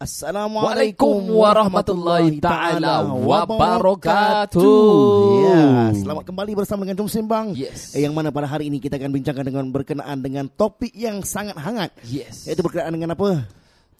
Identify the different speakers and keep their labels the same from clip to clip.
Speaker 1: Assalamualaikum warahmatullahi taala wabarakatuh.
Speaker 2: Ya, selamat kembali bersama dengan Jom Sembang.
Speaker 1: Yes.
Speaker 2: Eh, Yang mana pada hari ini kita akan bincangkan dengan berkenaan dengan topik yang sangat hangat.
Speaker 1: Yes.
Speaker 2: Iaitu berkenaan dengan apa?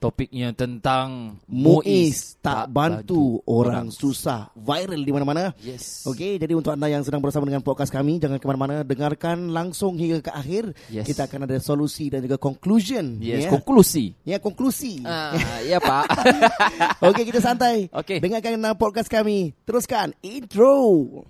Speaker 1: Topiknya tentang
Speaker 2: Muiz tak bantu orang susah. Viral di mana-mana.
Speaker 1: Yes.
Speaker 2: Okey, jadi untuk anda yang sedang bersama dengan podcast kami, jangan ke mana-mana, dengarkan langsung hingga ke akhir.
Speaker 1: Yes.
Speaker 2: Kita akan ada solusi dan juga conclusion.
Speaker 1: Yes,
Speaker 2: ya.
Speaker 1: konklusi.
Speaker 2: ya, konklusi.
Speaker 1: Ah, ya Pak.
Speaker 2: Okey, kita santai.
Speaker 1: Okey.
Speaker 2: Dengarkan uh, podcast kami. Teruskan intro.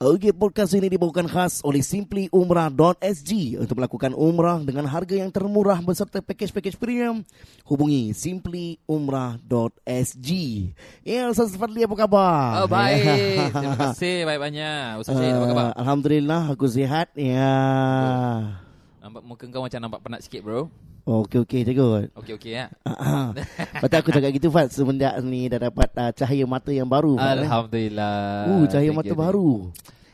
Speaker 2: Okey, podcast ini dibawakan khas oleh simplyumrah.sg untuk melakukan umrah dengan harga yang termurah beserta pakej-pakej premium. Hubungi simplyumrah.sg. Ya, Ustaz Fadli apa khabar?
Speaker 1: Oh,
Speaker 2: Ya.
Speaker 1: baik. Terima kasih baik banyak. Ustaz Syed, apa khabar?
Speaker 2: Uh, Alhamdulillah aku sihat. Ya.
Speaker 1: Nampak muka kau macam nampak penat sikit, bro.
Speaker 2: Okey okey cikgu.
Speaker 1: Okey okey ya.
Speaker 2: Ah, ah. Patut aku cakap gitu Fat Semenjak ni dah dapat uh, cahaya mata yang baru Fat, eh.
Speaker 1: Alhamdulillah.
Speaker 2: Uh, cahaya
Speaker 1: Ah,
Speaker 2: mata
Speaker 1: Thank you, thank you.
Speaker 2: baru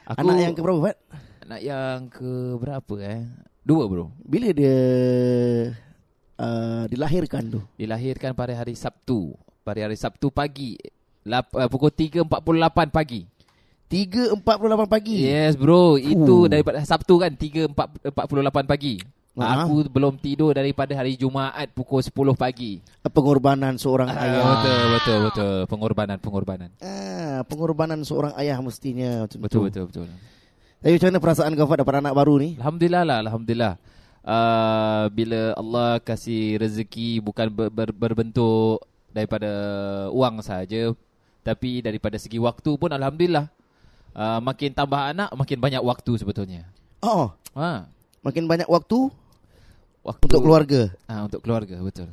Speaker 1: Aku
Speaker 2: Anak yang keberapa Fat?
Speaker 1: anak yang ke berapa eh? Dua, bro.
Speaker 2: Bila dia uh, dilahirkan tu
Speaker 1: Dilahirkan pada hari Sabtu. Pada hari Sabtu pagi. Lap, uh, pukul 3.48 pagi.
Speaker 2: 3.48 pagi Oh.
Speaker 1: Yes
Speaker 2: Fuh.
Speaker 1: bro, itu daripada Sabtu kan 3.48 pagi.
Speaker 2: Ah.
Speaker 1: Aku belum tidur daripada hari Jumaat pukul 10 pagi.
Speaker 2: Pengorbanan seorang
Speaker 1: Ah.
Speaker 2: ayah
Speaker 1: Betul betul betul. Pengorbanan pengorbanan.
Speaker 2: ah, Pengorbanan seorang ayah mestinya macam tu.
Speaker 1: Betul betul betul.
Speaker 2: Tapi macam mana perasaan kau Fat dapat anak baru ni?
Speaker 1: Alhamdulillah lah, alhamdulillah. Uh, bila Allah kasih rezeki bukan ber, ber, berbentuk daripada wang saja tapi daripada segi waktu pun alhamdulillah. Uh, makin tambah anak makin banyak waktu sebetulnya.
Speaker 2: Oh
Speaker 1: Ha.
Speaker 2: Makin banyak waktu
Speaker 1: Waktu
Speaker 2: Untuk keluarga
Speaker 1: Ah untuk keluarga betul.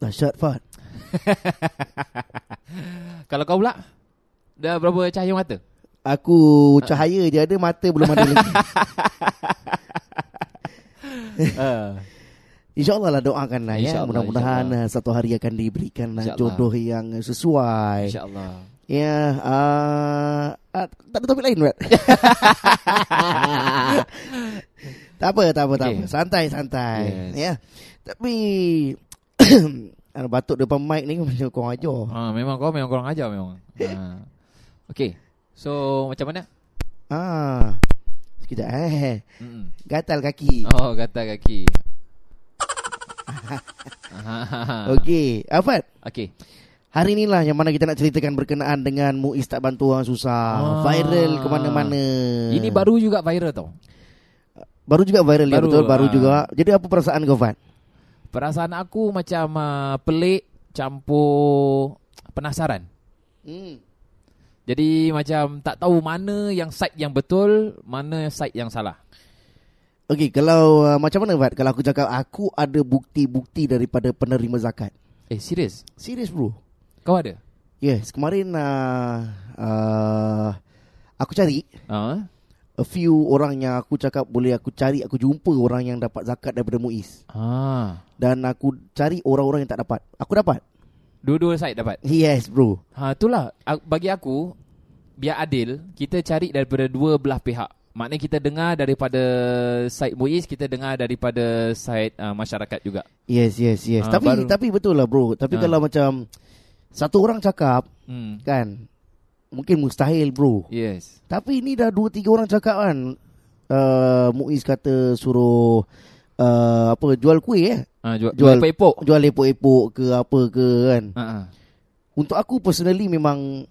Speaker 2: Dahsyat Fat
Speaker 1: Kalau kau pula Dah berapa cahaya mata? Ah.
Speaker 2: Aku cahaya je ada Mata belum ada lagi
Speaker 1: uh,
Speaker 2: InsyaAllah lah doakan lah ya
Speaker 1: InsyaAllah,
Speaker 2: Mudah-mudahan uh, satu hari akan diberikan lah
Speaker 1: InsyaAllah.
Speaker 2: jodoh yang uh, sesuai
Speaker 1: InsyaAllah
Speaker 2: Ya uh, uh, Tak ada topik lain Brad Tak apa tak apa tak
Speaker 1: Okay.
Speaker 2: apa Santai santai
Speaker 1: Yes.
Speaker 2: Ya Tapi Anak batuk depan mic ni macam kau ajar
Speaker 1: ha, Memang kau memang korang ajar memang ha. Okay So macam mana?
Speaker 2: Ah, Sekejap eh
Speaker 1: Mm-mm.
Speaker 2: Gatal kaki
Speaker 1: Oh gatal kaki Ah.
Speaker 2: Okey Afat
Speaker 1: Okay
Speaker 2: Hari inilah yang mana kita nak ceritakan berkenaan dengan Muiz tak bantu orang susah
Speaker 1: Ah.
Speaker 2: Viral ke mana-mana Eh.
Speaker 1: Ini baru juga viral tau
Speaker 2: Baru juga viral ya
Speaker 1: Baru,
Speaker 2: betul Baru
Speaker 1: ah.
Speaker 2: juga Jadi apa perasaan kau Fat?
Speaker 1: Perasaan aku macam uh, pelik Campur Penasaran
Speaker 2: Hmm.
Speaker 1: Jadi macam tak tahu mana yang side yang betul Mana side yang salah
Speaker 2: Okey kalau uh, macam mana Fat? Kalau aku cakap aku ada bukti-bukti daripada penerima zakat
Speaker 1: Eh serius?
Speaker 2: Serius bro
Speaker 1: Kau ada?
Speaker 2: Yes kemarin uh, uh, Aku cari
Speaker 1: Ha?
Speaker 2: A few orang yang aku cakap boleh aku cari Aku jumpa orang yang dapat zakat daripada Muiz
Speaker 1: Ah.
Speaker 2: Dan aku cari orang-orang yang tak dapat Aku dapat
Speaker 1: Dua-dua side dapat
Speaker 2: Yes bro
Speaker 1: Ha itulah A- bagi aku biar adil kita cari daripada dua belah pihak. Maknanya kita dengar daripada side Muiz, kita dengar daripada side uh, masyarakat juga.
Speaker 2: Yes yes yes.
Speaker 1: Ah,
Speaker 2: tapi
Speaker 1: baru.
Speaker 2: tapi betul lah bro. Tapi
Speaker 1: Ah.
Speaker 2: kalau macam satu orang cakap
Speaker 1: Hmm.
Speaker 2: kan mungkin mustahil bro.
Speaker 1: Yes.
Speaker 2: Tapi ini dah dua tiga orang cakap kan. Uh, Muiz kata suruh uh, apa jual kuih eh.
Speaker 1: Ha jual,
Speaker 2: Jual-
Speaker 1: jual epok-epok.
Speaker 2: Jual epok-epok ke apa ke kan.
Speaker 1: Ha ah.
Speaker 2: Untuk aku personally memang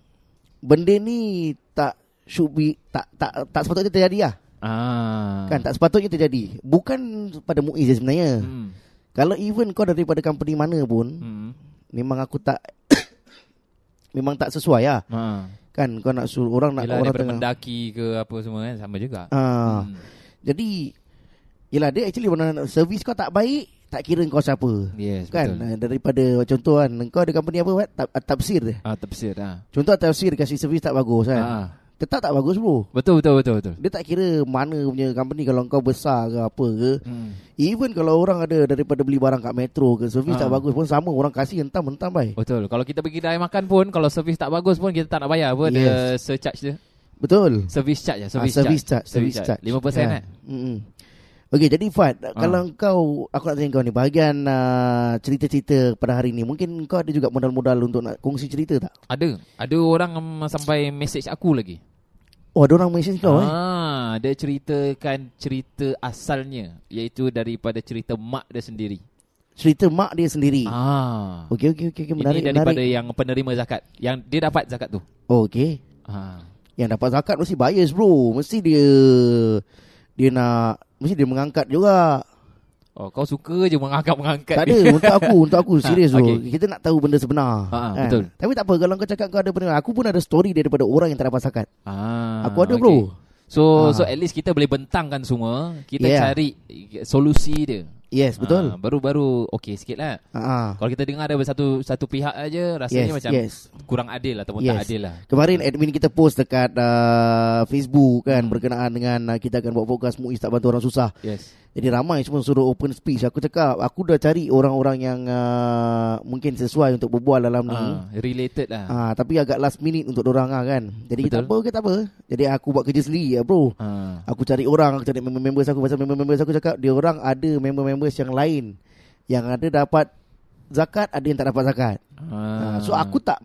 Speaker 2: benda ni tak should be tak tak tak sepatutnya terjadi lah.
Speaker 1: Ah.
Speaker 2: Kan tak sepatutnya terjadi. Bukan pada Muiz je sebenarnya.
Speaker 1: Hmm.
Speaker 2: Kalau even kau daripada company mana pun
Speaker 1: Hmm.
Speaker 2: memang aku tak memang tak sesuai lah
Speaker 1: Ha.
Speaker 2: kan kau nak suruh orang nak
Speaker 1: Bila
Speaker 2: orang
Speaker 1: daripada
Speaker 2: tengah
Speaker 1: Ah. mendaki ke apa semua kan sama juga.
Speaker 2: ha.
Speaker 1: Hmm.
Speaker 2: jadi Yelah dia actually benar Servis kau tak baik Tak kira kau siapa
Speaker 1: Yes,
Speaker 2: Kan
Speaker 1: betul.
Speaker 2: Ah, Daripada contoh kan Kau ada company apa Wat? Tab- ah, Tafsir
Speaker 1: Ah tafsir ah.
Speaker 2: Contoh tafsir Kasih servis tak bagus kan
Speaker 1: Ah.
Speaker 2: Tetap tak bagus bro
Speaker 1: Betul betul betul betul.
Speaker 2: Dia tak kira mana punya company Kalau kau besar ke apa ke
Speaker 1: Hmm.
Speaker 2: Even kalau orang ada Daripada beli barang kat metro ke Servis
Speaker 1: Ah.
Speaker 2: tak bagus pun Sama orang kasih hentam-hentam baik
Speaker 1: Betul. Kalau kita pergi kedai makan pun kalau servis tak bagus pun kita tak nak bayar apa yes. dia
Speaker 2: Yes.
Speaker 1: surcharge dia.
Speaker 2: Betul
Speaker 1: Service charge ya,
Speaker 2: Service,
Speaker 1: service,
Speaker 2: ah, service charge, Ya.
Speaker 1: Service
Speaker 2: service
Speaker 1: charge. 5% yeah. kan?
Speaker 2: Mm-mm. Okey, jadi Fat,
Speaker 1: Ah.
Speaker 2: kalau kau aku nak tanya kau ni bahagian uh, cerita-cerita pada hari ni, mungkin kau ada juga modal-modal untuk nak kongsi cerita tak?
Speaker 1: Ada. Ada orang mm, sampai message aku lagi.
Speaker 2: Oh, ada orang message kau eh.
Speaker 1: ah, dia ceritakan cerita asalnya iaitu daripada cerita mak dia sendiri.
Speaker 2: Cerita mak dia sendiri.
Speaker 1: Ah.
Speaker 2: Okey, okey, okey, okey, menarik,
Speaker 1: Ini daripada
Speaker 2: menarik.
Speaker 1: yang penerima zakat. Yang dia dapat zakat tu.
Speaker 2: Oh, okey.
Speaker 1: Ah.
Speaker 2: Yang dapat zakat mesti bias, bro. Mesti dia dia nak mesti dia mengangkat juga.
Speaker 1: Oh, kau suka je mengangkat-mengangkat.
Speaker 2: Tak ada untuk aku, untuk aku serius
Speaker 1: Ah,
Speaker 2: bro.
Speaker 1: okey.
Speaker 2: Kita nak tahu benda sebenar. Kan?
Speaker 1: Ah, ah, betul.
Speaker 2: Tapi tak apa kalau kau cakap kau ada benda, aku pun ada story daripada orang yang tak dapat zakat.
Speaker 1: Ah,
Speaker 2: Aku ada, bro. Ah.
Speaker 1: So so at least kita boleh bentangkan semua, kita
Speaker 2: Yeah.
Speaker 1: yeah. cari eh, solusi dia.
Speaker 2: Yes, betul.
Speaker 1: Ah, baru-baru okey sikit lah.
Speaker 2: Ha. Ah.
Speaker 1: Kalau kita dengar ada satu satu pihak aja rasanya
Speaker 2: Yes,
Speaker 1: macam
Speaker 2: yes.
Speaker 1: kurang adil ataupun
Speaker 2: Yes.
Speaker 1: tak adil lah.
Speaker 2: Kemarin admin kita post dekat uh, Facebook kan berkenaan dengan uh, kita akan buat podcast Muiz tak bantu orang susah.
Speaker 1: Yes.
Speaker 2: Jadi ramai semua suruh open speech. Aku cakap aku dah cari orang-orang yang uh, mungkin sesuai untuk berbual dalam ni.
Speaker 1: Ah, related lah.
Speaker 2: Mm-hmm. Ah, tapi agak last minute untuk orang lah kan. Jadi tak
Speaker 1: Betul.
Speaker 2: apa ke tak apa. Jadi aku buat kerja sendiri ya bro.
Speaker 1: Ah.
Speaker 2: Aku cari orang, aku cari member-members aku pasal member-members aku cakap dia orang ada member-members yang lain yang ada dapat zakat, ada yang tak dapat zakat. Ah, so aku tak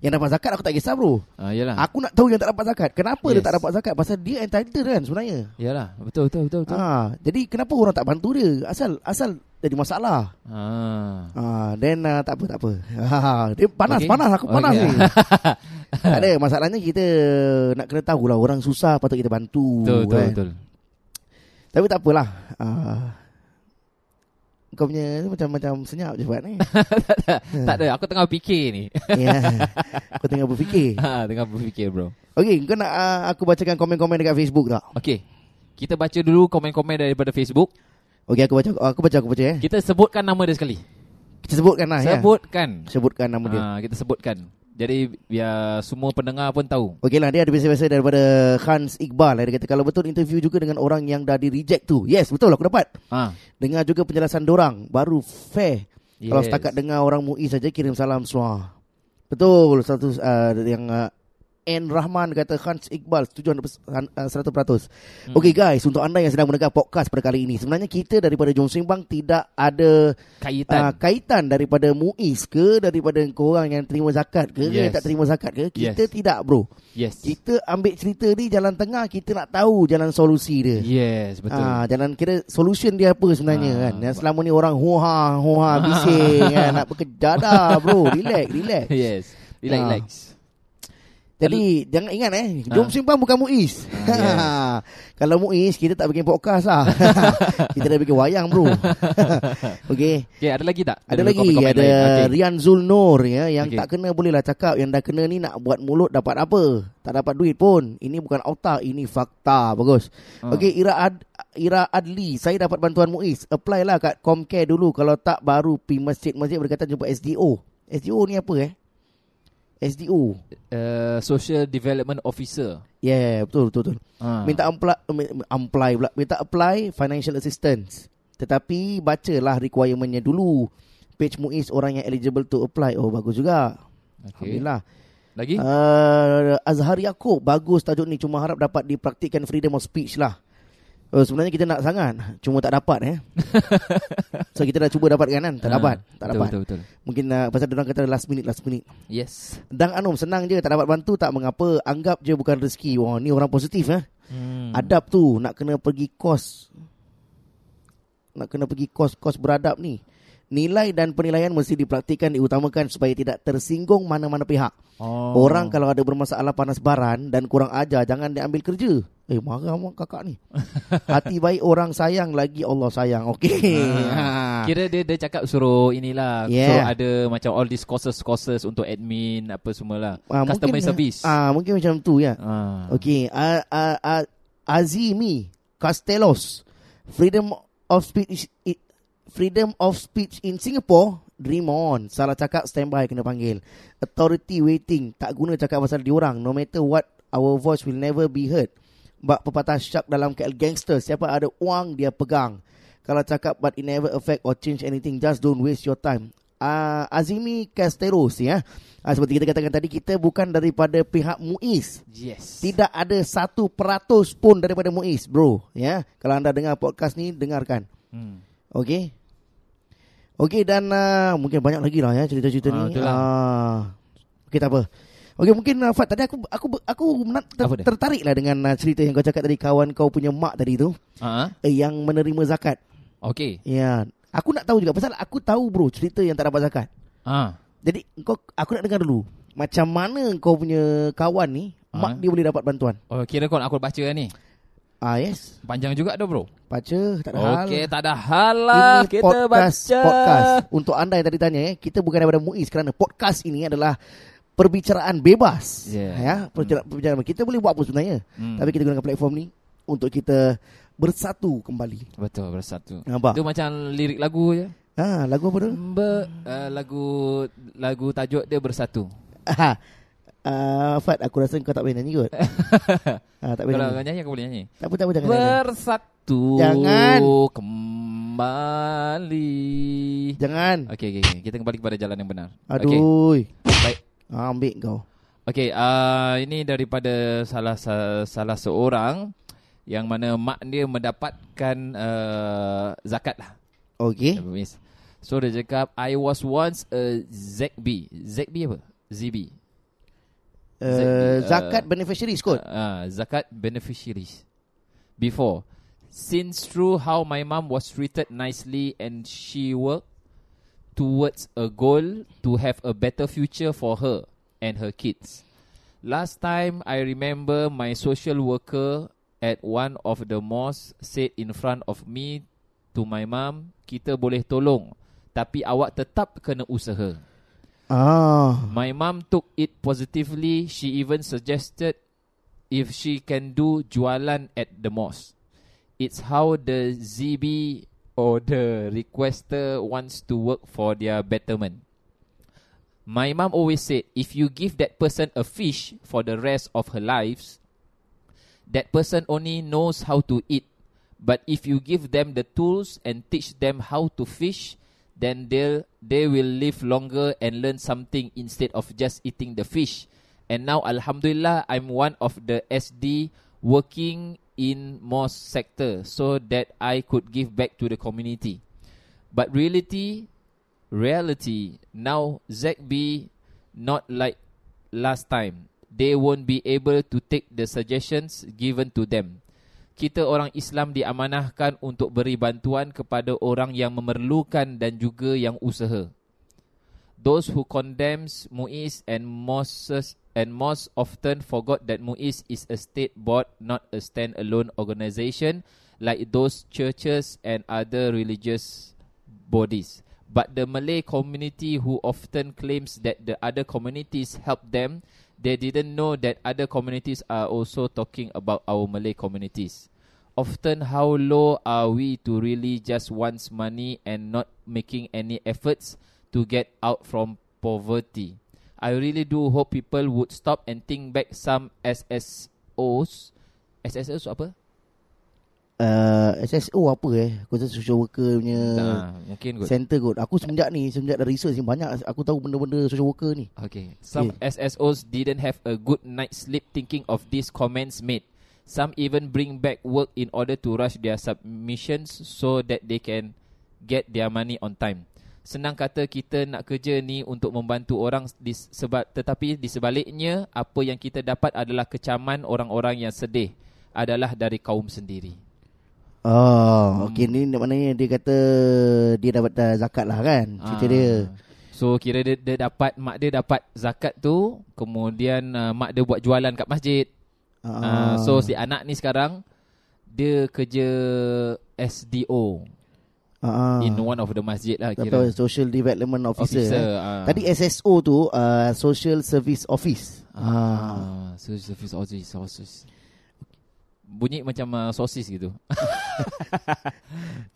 Speaker 2: yang dapat zakat aku tak kisah bro.
Speaker 1: ah, yalah.
Speaker 2: Aku nak tahu yang tak dapat zakat. Kenapa yes. dia
Speaker 1: Yes.
Speaker 2: tak dapat zakat? Pasal dia entitled kan sebenarnya.
Speaker 1: yalah. Betul betul betul betul.
Speaker 2: Ha, jadi kenapa orang tak bantu dia? Asal asal jadi masalah.
Speaker 1: Ah.
Speaker 2: Ha, then uh, tak apa tak apa. Ha, dia panas
Speaker 1: Okay.
Speaker 2: panas aku panas
Speaker 1: Okay.
Speaker 2: ni. tak
Speaker 1: Ha.
Speaker 2: ada masalahnya kita nak kena tahulah orang susah patut kita bantu.
Speaker 1: Betul betul
Speaker 2: kan.
Speaker 1: betul.
Speaker 2: Tapi tak apalah. Ha, kau punya macam macam senyap je buat ni.
Speaker 1: Tak ada, aku tengah fikir ni.
Speaker 2: ya. Kau tengah berfikir.
Speaker 1: Ah, tengah berfikir bro.
Speaker 2: Okey, kau nak uh, aku bacakan komen-komen dekat Facebook tak?
Speaker 1: Okey. Kita baca dulu komen-komen daripada Facebook.
Speaker 2: Okey, aku baca aku baca aku baca eh.
Speaker 1: Kita sebutkan nama dia sekali.
Speaker 2: Kita sebutkan lah ya.
Speaker 1: Sebutkan.
Speaker 2: sebutkan nama dia.
Speaker 1: Ah, kita sebutkan. Jadi biar semua pendengar pun tahu.
Speaker 2: Okey lah, dia ada biasa-biasa daripada Hans Iqbal. Dia kata kalau betul interview juga dengan orang yang dah di-reject tu. Yes, betul aku dapat.
Speaker 1: Ah.
Speaker 2: Dengar juga penjelasan dorang, baru fair. Yes. Kalau
Speaker 1: yes.
Speaker 2: setakat dengar orang MUI saja kirim salam semua. Betul, satu uh, yang uh, N Rahman kata Hans Iqbal setuju 100%. uh, 100%. Hmm. Okey guys, untuk anda yang sedang mendengar podcast pada kali ini, sebenarnya kita daripada Jom Simbang tidak ada
Speaker 1: Kaitan.
Speaker 2: uh, kaitan daripada MUIS ke daripada korang yang terima zakat ke yes. yang
Speaker 1: Yes.
Speaker 2: tak terima zakat ke kita yes.
Speaker 1: Yes.
Speaker 2: tidak bro
Speaker 1: yes.
Speaker 2: kita ambil cerita ni jalan tengah kita nak tahu jalan solusi dia
Speaker 1: Yes, betul.
Speaker 2: Ah, jalan kira solution dia apa sebenarnya
Speaker 1: Ah.
Speaker 2: kan. Yang selama ni orang huha huha bising kan nak bekerja dah bro. Relax, relax.
Speaker 1: yes. Relax,
Speaker 2: Ah.
Speaker 1: relax.
Speaker 2: Jadi jangan ingat eh, jom
Speaker 1: Ah.
Speaker 2: simpan bukan Muiz.
Speaker 1: Ah,
Speaker 2: Kalau Muiz kita tak bikin podcast lah. kita dah bikin wayang bro. Okey.
Speaker 1: Okey, Eh, ada lagi tak?
Speaker 2: Ada lagi
Speaker 1: komen-komen
Speaker 2: ada
Speaker 1: lain? Ah, Okey.
Speaker 2: Rian Zulnor ya yang
Speaker 1: Okey.
Speaker 2: tak kena bolehlah cakap yang dah kena ni nak buat mulut dapat apa? Tak dapat duit pun. Ini bukan auta, ini fakta. Bagus.
Speaker 1: Ah.
Speaker 2: Okey Ira Ad, Ira Adli, saya dapat bantuan Muiz. Apply lah kat Comcare dulu kalau tak baru pi masjid-masjid berkaitan jumpa SDO. SDO ni apa eh? SDO.
Speaker 1: Uh, Social Development Officer.
Speaker 2: Yeah, betul betul betul.
Speaker 1: Ah.
Speaker 2: Minta apply, apply pula. Minta apply financial assistance. Tetapi bacalah requirementnya dulu. Page Muiz orang yang eligible to apply. Oh bagus juga.
Speaker 1: Okey. Eh.
Speaker 2: Alhamdulillah.
Speaker 1: Lagi?
Speaker 2: Uh, Azhar Yaakob Bagus tajuk ni Cuma harap dapat dipraktikkan freedom of speech lah uh, Sebenarnya kita nak sangat Cuma tak dapat eh So kita dah cuba dapatkan kan Tak
Speaker 1: Ah,
Speaker 2: dapat Tak
Speaker 1: betul,
Speaker 2: dapat
Speaker 1: Betul, betul.
Speaker 2: Mungkin uh, pasal orang kata last minute Last minute
Speaker 1: Yes.
Speaker 2: Dang Anum senang je Tak dapat bantu tak mengapa Anggap je bukan rezeki Wah ni orang positif eh
Speaker 1: Hmm.
Speaker 2: Adab tu nak kena pergi kos nak kena pergi kos-kos beradab ni. Nilai dan penilaian mesti dipraktikkan diutamakan supaya tidak tersinggung mana-mana pihak.
Speaker 1: Oh.
Speaker 2: Oh. Orang kalau ada bermasalah panas baran dan kurang ajar jangan diambil kerja. Eh marah mak kakak ni. Hati baik orang sayang lagi Allah sayang. Okey.
Speaker 1: Ah.
Speaker 2: Ha.
Speaker 1: Kira dia dia cakap suruh inilah
Speaker 2: Yeah.
Speaker 1: suruh ada macam all these courses courses untuk admin apa semualah.
Speaker 2: Ah, mungkin-
Speaker 1: Customer service.
Speaker 2: Ah mungkin macam tu ya.
Speaker 1: Ah.
Speaker 2: Okey, uh, uh, uh, Azimi Castelos. Freedom of speech i- Freedom of speech in Singapore Dream on Salah cakap standby kena panggil Authority waiting Tak guna cakap pasal diorang No matter what Our voice will never be heard Bak pepatah syak dalam KL Gangster Siapa ada wang dia pegang Kalau cakap but it never affect or change anything Just don't waste your time uh, Azimi Casteros ya. Uh, seperti kita katakan tadi Kita bukan daripada pihak MUIS
Speaker 1: Yes.
Speaker 2: tidak ada satu peratus pun daripada Muiz, bro. Ya, kalau anda dengar podcast ni, dengarkan.
Speaker 1: Hmm.
Speaker 2: Okey. Okey dan uh, mungkin banyak lagi lah ya cerita-cerita
Speaker 1: Ah,
Speaker 2: ni.
Speaker 1: itulah.
Speaker 2: Ah. Okey tak apa. Okey mungkin uh, Fat tadi aku aku aku mena- ter-
Speaker 1: Apa dia?
Speaker 2: tertarik lah dengan uh, cerita yang kau cakap tadi kawan kau punya mak tadi tu
Speaker 1: Ha.
Speaker 2: eh, yang menerima zakat.
Speaker 1: Okey.
Speaker 2: Ya. Aku nak tahu juga pasal aku tahu bro cerita yang tak dapat zakat.
Speaker 1: Ha.
Speaker 2: Jadi kau aku nak dengar dulu macam mana kau punya kawan ni
Speaker 1: Ah.
Speaker 2: mak dia boleh dapat bantuan.
Speaker 1: Oh, kira kau nak aku baca kan ni.
Speaker 2: Ah yes.
Speaker 1: Panjang juga dah bro.
Speaker 2: Baca tak ada hal.
Speaker 1: Okey, tak ada hal lah.
Speaker 2: Ini podcast,
Speaker 1: Kita baca.
Speaker 2: podcast. Untuk anda yang tadi tanya eh, kita bukan daripada MUIS kerana podcast ini adalah perbicaraan bebas.
Speaker 1: Yeah.
Speaker 2: Ya, perbicaraan, perbicaraan bebas. kita boleh buat apa sebenarnya.
Speaker 1: Hmm.
Speaker 2: Tapi kita gunakan platform ni untuk kita bersatu kembali.
Speaker 1: Betul, bersatu.
Speaker 2: Nampak?
Speaker 1: Itu macam lirik lagu je.
Speaker 2: Ha, lagu apa tu?
Speaker 1: Ber, uh, lagu lagu tajuk dia bersatu.
Speaker 2: Ha. Uh, Fat aku rasa kau tak boleh nyanyi kot ha, Tak boleh
Speaker 1: Kalau
Speaker 2: nyanyi
Speaker 1: kau nyanyi aku boleh nyanyi.
Speaker 2: Tak apa tak apa jangan nyanyi
Speaker 1: Bersatu
Speaker 2: Jangan.
Speaker 1: kembali.
Speaker 2: Jangan
Speaker 1: Okey, okey, okey. Kita kembali kepada jalan yang benar. Okey,
Speaker 2: Aduh okay.
Speaker 1: baik.
Speaker 2: Ambil kau
Speaker 1: Okey, uh, ini daripada salah sa- salah seorang yang mana mak dia mendapatkan uh, zakat lah.
Speaker 2: Okay
Speaker 1: Apa Miss? So dia cakap I was once a ZB. ZB apa? ZB.
Speaker 2: uh,
Speaker 1: Zakat,
Speaker 2: Zakat
Speaker 1: uh,
Speaker 2: beneficiaries kot
Speaker 1: Uh, zakat beneficiaries. Before. Since through how my mom was treated nicely and she worked towards a goal to have a better future for her and her kids. Last time I remember my social worker at one of the mosques said in front of me to my mom, kita boleh tolong tapi awak tetap kena usaha. uh.
Speaker 2: Ah,
Speaker 1: My mum took it positively. She even suggested if she can do jualan at the mosque. It's how the ZB or the requester wants to work for their betterment. My mum always said if you give that person a fish for the rest of her lives, that person only knows how to eat. But if you give them the tools and teach them how to fish, then they'll they will live longer and learn something instead of just eating the fish. And now Alhamdulillah I'm one of the SD working in mosque sector so that I could give back to the community. But reality reality now ZB not like last time. They won't be able to take the suggestions given to them. Kita orang Islam diamanahkan untuk beri bantuan kepada orang yang memerlukan dan juga yang usaha. Those who condemns Muiz and Moses and most often forgot that Muiz is a state board, not a stand-alone organization like those churches and other religious bodies. But the Malay community who often claims that the other communities help them, they didn't know that other communities are also talking about our Malay communities. Often, how low are we to really just wants money and not making any efforts to get out from poverty? I really do hope people would stop and think back some SSOs. SSOs apa?
Speaker 2: uh, SSO apa eh Aku rasa social worker punya
Speaker 1: Tak, ah, mungkin kot.
Speaker 2: Center kot Aku semenjak ni Semenjak dari research ni Banyak aku tahu benda-benda social worker ni
Speaker 1: Okay. Some SSOs didn't have a good night's sleep thinking of these comments made. Some even bring back work in order to rush their submissions so that they can get their money on time. Senang kata kita nak kerja ni untuk membantu orang di sebab tetapi di sebaliknya apa yang kita dapat adalah kecaman orang-orang yang sedih adalah dari kaum sendiri.
Speaker 2: Oh Okay ni maknanya dia kata Dia dapat dah zakat lah kan Cerita
Speaker 1: Ah.
Speaker 2: dia
Speaker 1: So kira dia, dia dapat mak dia dapat zakat tu, kemudian uh, mak dia buat jualan kat masjid.
Speaker 2: Ah,
Speaker 1: Uh, so si anak ni sekarang dia kerja SDO
Speaker 2: uh,
Speaker 1: in one of the masjid lah
Speaker 2: Atau
Speaker 1: kira.
Speaker 2: social development officer,
Speaker 1: Officer,
Speaker 2: eh.
Speaker 1: ah.
Speaker 2: Tadi SSO tu uh, Social service office
Speaker 1: Ah, so service office office. oh, Bunyi macam uh, sosis gitu.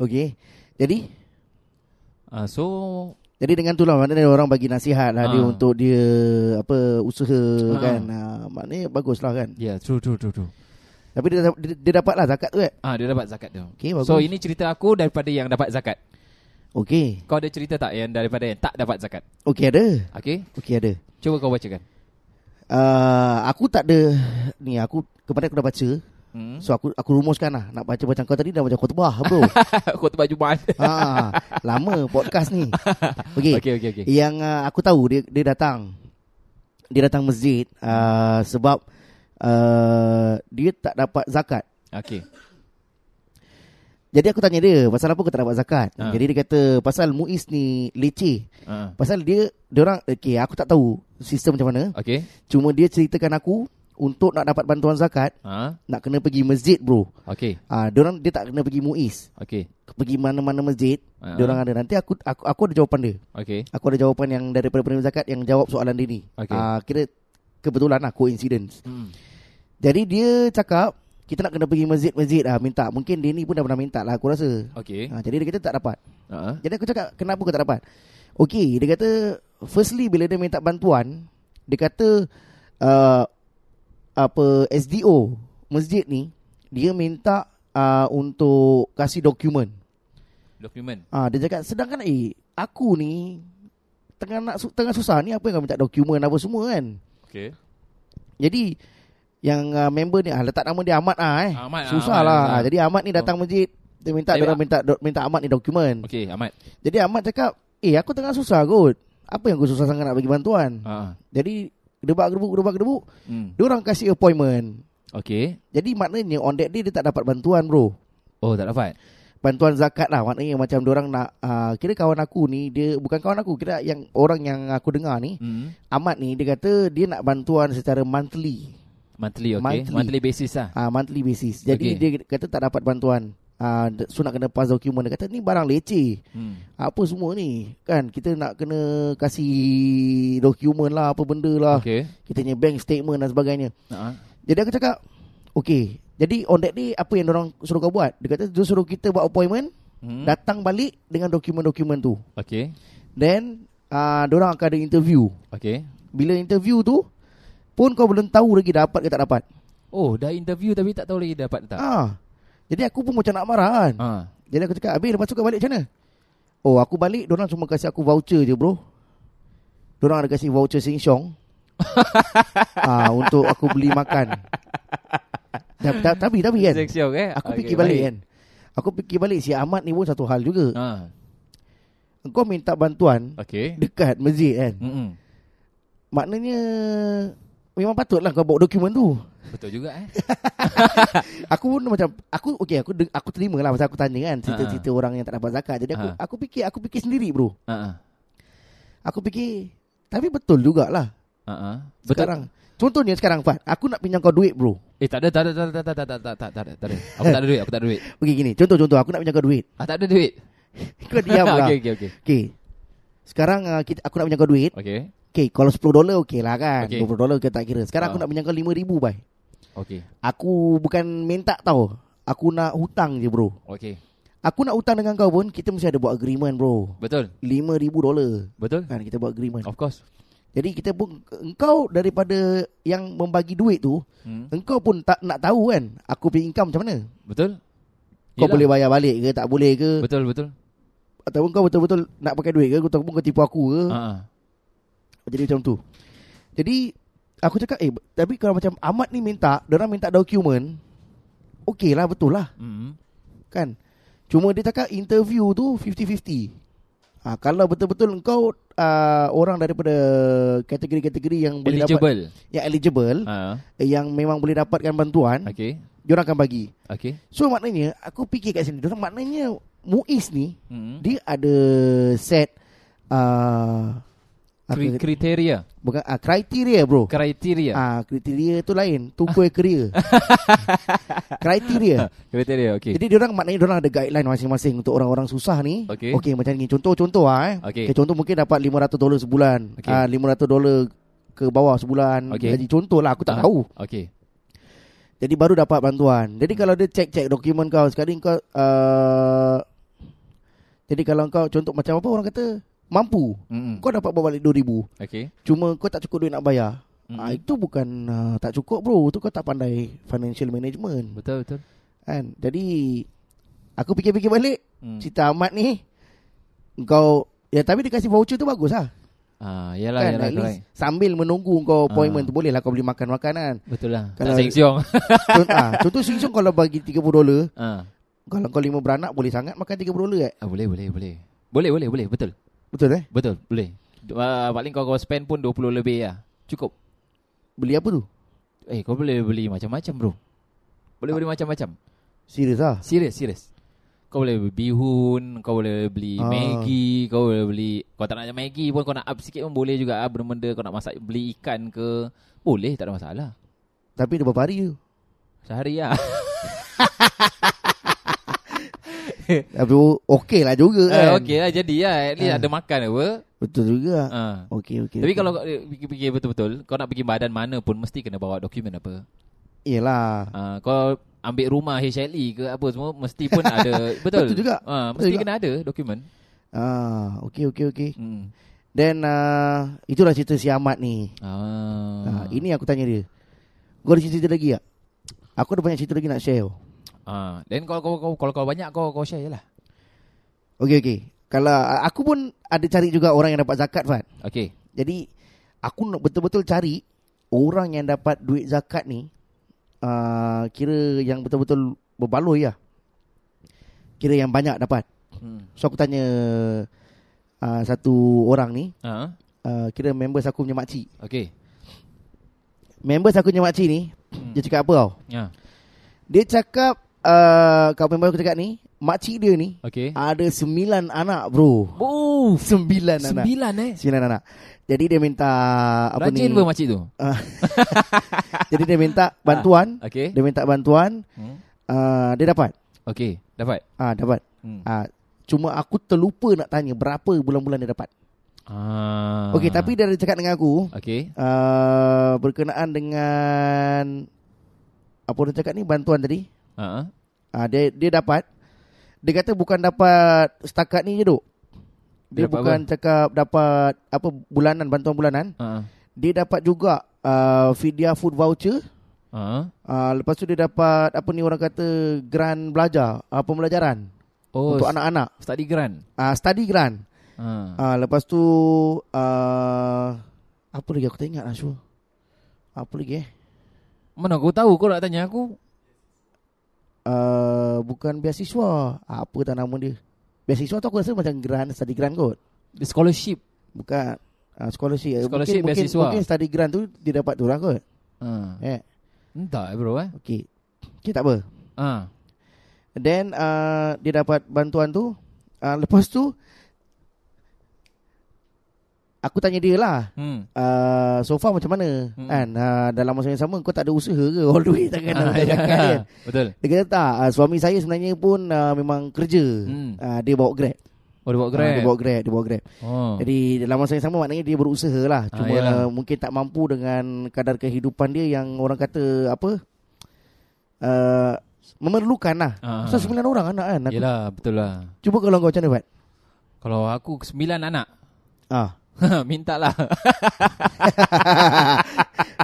Speaker 2: Okey. Jadi
Speaker 1: Uh, so
Speaker 2: jadi dengan tu lah maknanya orang bagi nasihat lah dia
Speaker 1: Ah.
Speaker 2: untuk dia apa usaha
Speaker 1: Ah.
Speaker 2: kan. Ha, maknanya bagus lah kan.
Speaker 1: yeah, ya, true true true true.
Speaker 2: Tapi dia, dia, dia dapat lah zakat tu kan.
Speaker 1: Ah dia dapat zakat dia.
Speaker 2: Okey, bagus.
Speaker 1: So ini cerita aku daripada yang dapat zakat.
Speaker 2: Okey.
Speaker 1: Kau ada cerita tak yang daripada yang tak dapat zakat?
Speaker 2: Okey ada.
Speaker 1: Okey.
Speaker 2: Okey ada.
Speaker 1: Cuba kau bacakan.
Speaker 2: Uh, aku tak ada ni aku kemarin aku dah baca.
Speaker 1: Hmm.
Speaker 2: So aku aku rumuskan lah nak baca macam kau tadi dah baca khutbah bro.
Speaker 1: Khutbah Jumaat.
Speaker 2: ha, lama podcast ni. Okey.
Speaker 1: Okey okey okey.
Speaker 2: Yang uh, aku tahu dia dia datang. Dia datang masjid uh, sebab uh, dia tak dapat zakat.
Speaker 1: Okey.
Speaker 2: Jadi aku tanya dia, pasal apa kau tak dapat zakat?
Speaker 1: Ha.
Speaker 2: Jadi dia kata pasal Muiz ni leceh.
Speaker 1: Ah.
Speaker 2: Pasal dia dia orang okey, aku tak tahu sistem macam mana.
Speaker 1: Okey.
Speaker 2: Cuma dia ceritakan aku untuk nak dapat bantuan zakat
Speaker 1: Ah.
Speaker 2: nak kena pergi masjid bro.
Speaker 1: Okey.
Speaker 2: Ah, dia orang dia tak kena pergi Muiz.
Speaker 1: Okey.
Speaker 2: Pergi mana-mana masjid,
Speaker 1: Ah.
Speaker 2: dia orang ada. Nanti aku aku aku ada jawapan dia.
Speaker 1: Okey.
Speaker 2: Aku ada jawapan yang daripada penerima zakat yang jawab soalan dia ni.
Speaker 1: Okey.
Speaker 2: Ah, kira kebetulan lah coincidence.
Speaker 1: Hmm.
Speaker 2: Jadi dia cakap kita nak kena pergi masjid-masjid ah minta. Mungkin dia ni pun dah pernah minta lah aku rasa.
Speaker 1: Okey.
Speaker 2: Ah, jadi dia kata tak dapat.
Speaker 1: Ah.
Speaker 2: Jadi aku cakap kenapa kau tak dapat? Okey, dia kata firstly bila dia minta bantuan, dia kata uh, apa SDO masjid ni dia minta uh, untuk kasih dokumen.
Speaker 1: Dokumen.
Speaker 2: Ah dia cakap sedangkan eh aku ni tengah nak su- tengah susah ni apa yang kau minta dokumen apa semua kan.
Speaker 1: Okey.
Speaker 2: Jadi yang uh, member ni ah, letak nama dia Ahmad ah eh.
Speaker 1: Ahmad, ah,
Speaker 2: susah
Speaker 1: Ahmad,
Speaker 2: lah.
Speaker 1: Ahmad.
Speaker 2: Ah, jadi Ahmad ni datang masjid dia minta
Speaker 1: Tapi ah-
Speaker 2: dia orang
Speaker 1: Ak-
Speaker 2: minta do, minta Ahmad ni dokumen.
Speaker 1: Okey, Ahmad.
Speaker 2: Jadi Ahmad cakap, "Eh aku tengah susah kot. Apa yang aku susah sangat nak bagi bantuan?"
Speaker 1: Ah.
Speaker 2: Jadi gedebak gedebuk gedebak gedebuk,
Speaker 1: Hmm.
Speaker 2: dia orang kasih appointment.
Speaker 1: Okey.
Speaker 2: Jadi maknanya on that day dia tak dapat bantuan bro.
Speaker 1: Oh, tak dapat.
Speaker 2: bantuan zakat lah maknanya macam orang nak uh, kira kawan aku ni dia bukan kawan aku kira yang orang yang aku dengar ni
Speaker 1: Hmm.
Speaker 2: Ahmad ni dia kata dia nak bantuan secara monthly
Speaker 1: Monthly, okey.
Speaker 2: Monthly.
Speaker 1: Monthly. basis lah.
Speaker 2: uh, monthly basis jadi
Speaker 1: Okey.
Speaker 2: dia kata tak dapat bantuan uh, so nak kena pass dokumen dia kata ni barang leceh
Speaker 1: Hmm.
Speaker 2: apa semua ni kan kita nak kena kasih dokumen lah apa benda lah okay. Ha.
Speaker 1: Okey.
Speaker 2: kita punya bank statement dan sebagainya
Speaker 1: Ah.
Speaker 2: jadi aku cakap okay jadi on that day apa yang orang suruh kau buat dia kata dia suruh kita buat appointment
Speaker 1: Hmm.
Speaker 2: datang balik dengan dokumen-dokumen tu.
Speaker 1: Okey.
Speaker 2: Then uh, orang akan ada interview.
Speaker 1: Okey.
Speaker 2: Bila interview tu pun kau belum tahu lagi dapat ke tak dapat.
Speaker 1: Oh, dah interview tapi tak tahu lagi dapat tak.
Speaker 2: Ha. Jadi aku pun macam nak marah kan.
Speaker 1: Ah.
Speaker 2: Jadi aku cakap, "Habis lepas tu kau balik macam mana?" Oh, aku balik orang cuma kasih aku voucher je, bro. Orang ada kasih voucher Sheng Siong. ah untuk aku beli makan. Ta- ta- Tapi tapi kan.
Speaker 1: Zek Siong eh.
Speaker 2: Aku
Speaker 1: Okey,
Speaker 2: fikir balik
Speaker 1: baik.
Speaker 2: kan. Aku fikir balik si Ahmad ni pun satu hal juga.
Speaker 1: Ah.
Speaker 2: Kau minta bantuan
Speaker 1: Okey.
Speaker 2: dekat masjid kan.
Speaker 1: Hmm.
Speaker 2: Maknanya memang patutlah kau bawa dokumen tu.
Speaker 1: Betul juga eh.
Speaker 2: Aku pun macam aku okey aku de- aku terima lah pasal aku tanya kan cerita-cerita orang yang tak dapat zakat. Jadi aku
Speaker 1: Ha.
Speaker 2: aku fikir aku fikir sendiri bro.
Speaker 1: Ah.
Speaker 2: Aku fikir tapi betul jugalah
Speaker 1: ah. Ah. ah. Betul.
Speaker 2: sekarang. Contohnya sekarang Fat, aku nak pinjam kau duit bro.
Speaker 1: Eh tak ada tak ada tak ada tak ada tak ada tak ada tak ada tak ada. Aku tak ada duit, aku tak ada duit.
Speaker 2: Okey gini, contoh-contoh aku nak pinjam kau duit.
Speaker 1: Ah tak ada duit.
Speaker 2: Kau diam lah.
Speaker 1: okey
Speaker 2: Okey.
Speaker 1: okey okey.
Speaker 2: Sekarang uh, kita, aku nak pinjam kau duit.
Speaker 1: Okey.
Speaker 2: Okey, kalau 10 dolar okey lah kan.
Speaker 1: Okey.
Speaker 2: 20 dolar kita tak kira. Sekarang aku
Speaker 1: Ha.
Speaker 2: nak pinjam kau 5000 bai.
Speaker 1: Okey.
Speaker 2: Aku bukan minta tau. Aku nak hutang je bro.
Speaker 1: Okey.
Speaker 2: Aku nak hutang dengan kau pun Kita mesti ada buat agreement bro
Speaker 1: Betul.
Speaker 2: 5000 dolar
Speaker 1: Betul.
Speaker 2: Kan kita buat agreement
Speaker 1: Of course.
Speaker 2: Jadi kita pun Engkau daripada Yang membagi duit tu
Speaker 1: Hmm.
Speaker 2: Engkau pun tak nak tahu kan Aku punya income macam mana
Speaker 1: Betul.
Speaker 2: Kau
Speaker 1: Yelah.
Speaker 2: boleh bayar balik ke Tak boleh ke
Speaker 1: Betul betul.
Speaker 2: Ataupun kau betul-betul Nak pakai duit ke Ataupun kau tipu aku ke
Speaker 1: Ah. ah.
Speaker 2: Jadi macam tu Jadi Aku cakap eh Tapi kalau macam Ahmad ni minta Diorang minta dokumen Okey lah betul lah
Speaker 1: Hmm.
Speaker 2: Kan Cuma dia cakap interview tu 50-50 ha, Kalau betul-betul engkau uh, Orang daripada kategori-kategori yang boleh dapat
Speaker 1: Eligible.
Speaker 2: Yang eligible
Speaker 1: Ah.
Speaker 2: eh, Yang memang boleh dapatkan bantuan okay.
Speaker 1: Okey.
Speaker 2: Diorang akan bagi
Speaker 1: Okey.
Speaker 2: So maknanya Aku fikir kat sini Diorang maknanya Muiz ni
Speaker 1: Hmm.
Speaker 2: Dia ada set uh,
Speaker 1: Kri-
Speaker 2: apa,
Speaker 1: kriteria.
Speaker 2: bukan, uh, Kriteria bro
Speaker 1: Kriteria.
Speaker 2: Ah, kriteria tu lain Tu kue kriteria
Speaker 1: Ha,
Speaker 2: Kriteria
Speaker 1: Kriteria. Okey.
Speaker 2: Jadi diorang maknanya diorang ada guideline masing-masing untuk orang-orang susah ni.
Speaker 1: Okey.
Speaker 2: Okey macam ni contoh-contoh ah eh.
Speaker 1: Okey.
Speaker 2: Okay, contoh mungkin dapat 500 dolar sebulan.
Speaker 1: Okey.
Speaker 2: Ah 500 dolar ke bawah sebulan.
Speaker 1: Okey.
Speaker 2: Jadi contoh lah aku tak
Speaker 1: Ah,
Speaker 2: tahu.
Speaker 1: Okey.
Speaker 2: Jadi baru dapat bantuan.
Speaker 1: Hmm.
Speaker 2: Jadi kalau dia cek-cek dokumen kau sekali kau uh, jadi kalau kau contoh macam apa orang kata mampu,
Speaker 1: Mm-mm.
Speaker 2: kau dapat bawa balik 2000.
Speaker 1: Okay.
Speaker 2: Cuma kau tak cukup duit nak bayar.
Speaker 1: Mm-mm.
Speaker 2: Mm-hmm. Ha, itu bukan uh, tak cukup bro, tu kau tak pandai financial management.
Speaker 1: Betul betul.
Speaker 2: Kan? Jadi aku fikir-fikir balik, mm.
Speaker 1: Hmm.
Speaker 2: Cita Ahmad ni kau ya tapi dia kasih voucher tu bagus lah
Speaker 1: Ah, yalah
Speaker 2: kan
Speaker 1: yalah
Speaker 2: at least
Speaker 1: correct.
Speaker 2: sambil menunggu kau appointment
Speaker 1: Ah.
Speaker 2: tu boleh lah kau beli makan makanan
Speaker 1: Betul lah.
Speaker 2: Kalau-
Speaker 1: tak sengsiong.
Speaker 2: contoh, ah, contoh Sheng Siong kalau bagi 30 dolar
Speaker 1: ah.
Speaker 2: Kalau kau lima beranak boleh sangat makan 30 dolar eh.
Speaker 1: ah, boleh boleh boleh. Boleh boleh boleh betul.
Speaker 2: Betul eh?
Speaker 1: Betul boleh. Uh, paling kau kau spend pun 20 lebih lah. Cukup.
Speaker 2: Beli apa tu?
Speaker 1: Eh kau boleh beli macam-macam bro. Boleh beli macam-macam.
Speaker 2: Serius ah.
Speaker 1: Serius serius. Kau boleh beli bihun, kau boleh beli
Speaker 2: Ah.
Speaker 1: Maggi, kau boleh beli kau tak nak macam Maggi pun kau nak up sikit pun boleh juga ah benda-benda kau nak masak beli ikan ke. Boleh tak ada masalah.
Speaker 2: Tapi dia berapa hari tu?
Speaker 1: Sehari lah.
Speaker 2: Tapi o- okey lah juga kan.
Speaker 1: Uh, okay lah jadi lah At least
Speaker 2: Ah.
Speaker 1: ada makan apa
Speaker 2: Betul juga.
Speaker 1: uh.
Speaker 2: Okey okey.
Speaker 1: Tapi
Speaker 2: okey.
Speaker 1: kalau kau eh, fikir-fikir betul-betul Kau nak pergi badan mana pun Mesti kena bawa dokumen apa
Speaker 2: Yelah
Speaker 1: uh, Kau ambil rumah HLE ke apa semua Mesti pun ada Betul
Speaker 2: Betul juga.
Speaker 1: Ah,
Speaker 2: Betul
Speaker 1: Mesti
Speaker 2: juga.
Speaker 1: kena ada dokumen
Speaker 2: Ah, okey okey okey.
Speaker 1: hmm.
Speaker 2: Then ah, itulah cerita si Ahmad ni.
Speaker 1: ah.
Speaker 2: Ah, ini aku tanya dia. Kau ada cerita lagi tak? Aku ada banyak cerita lagi nak share.
Speaker 1: ah. Then kalau kau, kau, kalau kau banyak Kau kau share je lah
Speaker 2: Okey okey. Kalau ah, aku pun ada cari juga orang yang dapat zakat Fat.
Speaker 1: Okay
Speaker 2: Jadi aku nak betul-betul cari orang yang dapat duit zakat ni uh, kira yang betul-betul berbaloi lah. Kira yang banyak dapat.
Speaker 1: hmm.
Speaker 2: So aku tanya uh, satu orang ni
Speaker 1: ah.
Speaker 2: uh, kira members aku punya makcik.
Speaker 1: Okay
Speaker 2: Members aku punya makcik ni dia cakap apa tau?
Speaker 1: Ya.
Speaker 2: Dia cakap uh, kau member aku cakap ni makcik dia ni
Speaker 1: Okay
Speaker 2: ada sembilan anak bro.
Speaker 1: Oh
Speaker 2: Sembilan, anak.
Speaker 1: Sembilan eh
Speaker 2: Sembilan anak. Jadi dia minta apa
Speaker 1: Rajin
Speaker 2: ni?
Speaker 1: pun makcik tu
Speaker 2: Ah. Jadi dia minta bantuan,
Speaker 1: Okay
Speaker 2: dia minta bantuan,
Speaker 1: hmm.
Speaker 2: uh, dia dapat.
Speaker 1: Okay Dapat
Speaker 2: Ah dapat.
Speaker 1: hmm.
Speaker 2: Ah cuma aku terlupa nak tanya berapa bulan-bulan dia dapat.
Speaker 1: ah.
Speaker 2: Okey, tapi dia ada cakap dengan aku
Speaker 1: Okay
Speaker 2: uh, berkenaan dengan apa dia cakap ni bantuan tadi.
Speaker 1: Ah.
Speaker 2: Ah dia dia dapat. Dia kata bukan dapat setakat ni je dok. Dia,
Speaker 1: Dia dapat
Speaker 2: bukan cakap dapat apa bulanan bantuan bulanan.
Speaker 1: Ah.
Speaker 2: Dia dapat juga uh, fidyah food voucher
Speaker 1: Ah.
Speaker 2: Uh, lepas tu dia dapat apa ni orang kata grant belajar, uh, pembelajaran
Speaker 1: Oh,
Speaker 2: untuk anak-anak,
Speaker 1: study grant.
Speaker 2: uh, study grant.
Speaker 1: Ha.
Speaker 2: Uh, lepas tu uh, apa lagi aku tak ingat Ashul. Apa lagi eh?
Speaker 1: Mana aku tahu kau nak tanya aku?
Speaker 2: Uh, bukan beasiswa. Ah, Apa tak nama dia? Beasiswa tu aku rasa macam grant, study grant kot.
Speaker 1: The scholarship.
Speaker 2: Bukan uh, scholarship. Eh,
Speaker 1: Scholarship,
Speaker 2: mungkin,
Speaker 1: beasiswa.
Speaker 2: Mungkin, mungkin study grant tu dia dapat tu lah kot.
Speaker 1: Ha.
Speaker 2: Eh,
Speaker 1: Entah eh, bro eh.
Speaker 2: okey. Okey tak apa.
Speaker 1: Ha.
Speaker 2: Then uh, dia dapat bantuan tu. Uh, lepas tu aku tanya dia lah.
Speaker 1: Hmm.
Speaker 2: Uh, so far macam mana
Speaker 1: Hmm.
Speaker 2: hmm. kan uh, dalam masa yang sama kau tak ada usaha ke all the way takkan nak
Speaker 1: Ah,
Speaker 2: minta
Speaker 1: ya.
Speaker 2: zakat kan
Speaker 1: Betul.
Speaker 2: dia kata tak uh, suami saya sebenarnya pun uh, memang kerja hmm.
Speaker 1: Hmm.
Speaker 2: uh, dia bawa grab,
Speaker 1: Oh, dia buat
Speaker 2: Uh,
Speaker 1: grant.
Speaker 2: dia bawa grab dia bawa grab
Speaker 1: Oh.
Speaker 2: jadi dalam masa yang sama maknanya dia berusaha lah
Speaker 1: Ah,
Speaker 2: cuma
Speaker 1: yalah.
Speaker 2: uh, mungkin tak mampu dengan kadar kehidupan dia yang orang kata apa uh, memerlukan lah
Speaker 1: Ah.
Speaker 2: Pasal sembilan orang anak kan aku
Speaker 1: Yelah, betul lah.
Speaker 2: Cuba kalau kau macam mana Fat
Speaker 1: Kalau aku sembilan anak,
Speaker 2: ah.
Speaker 1: minta lah.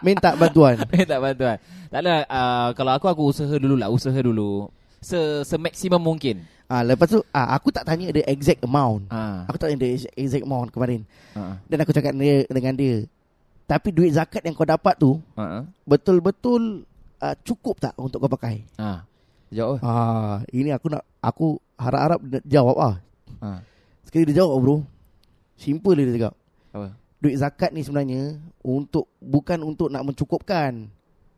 Speaker 2: Minta bantuan
Speaker 1: Eh, tak bantuan. Tak ada. Uh, kalau aku, aku usaha dulu lah. Usaha dulu. Se semaksimum mungkin.
Speaker 2: ah, Lepas tu ah, Aku tak tanya the exact amount
Speaker 1: Ha.
Speaker 2: Aku tak tanya the ex- exact amount kemarin
Speaker 1: Ha.
Speaker 2: Dan aku cakap dia, dengan dia Tapi duit zakat yang kau dapat tu
Speaker 1: Ha.
Speaker 2: Betul-betul ah, Cukup tak untuk kau pakai
Speaker 1: Ha. Jawab. eh.
Speaker 2: ah, Ini aku nak Aku harap-harap dia jawab ah.
Speaker 1: Ha.
Speaker 2: Sekali dia jawab bro Simple dia cakap
Speaker 1: Apa?
Speaker 2: Duit zakat ni sebenarnya Untuk Bukan untuk nak mencukupkan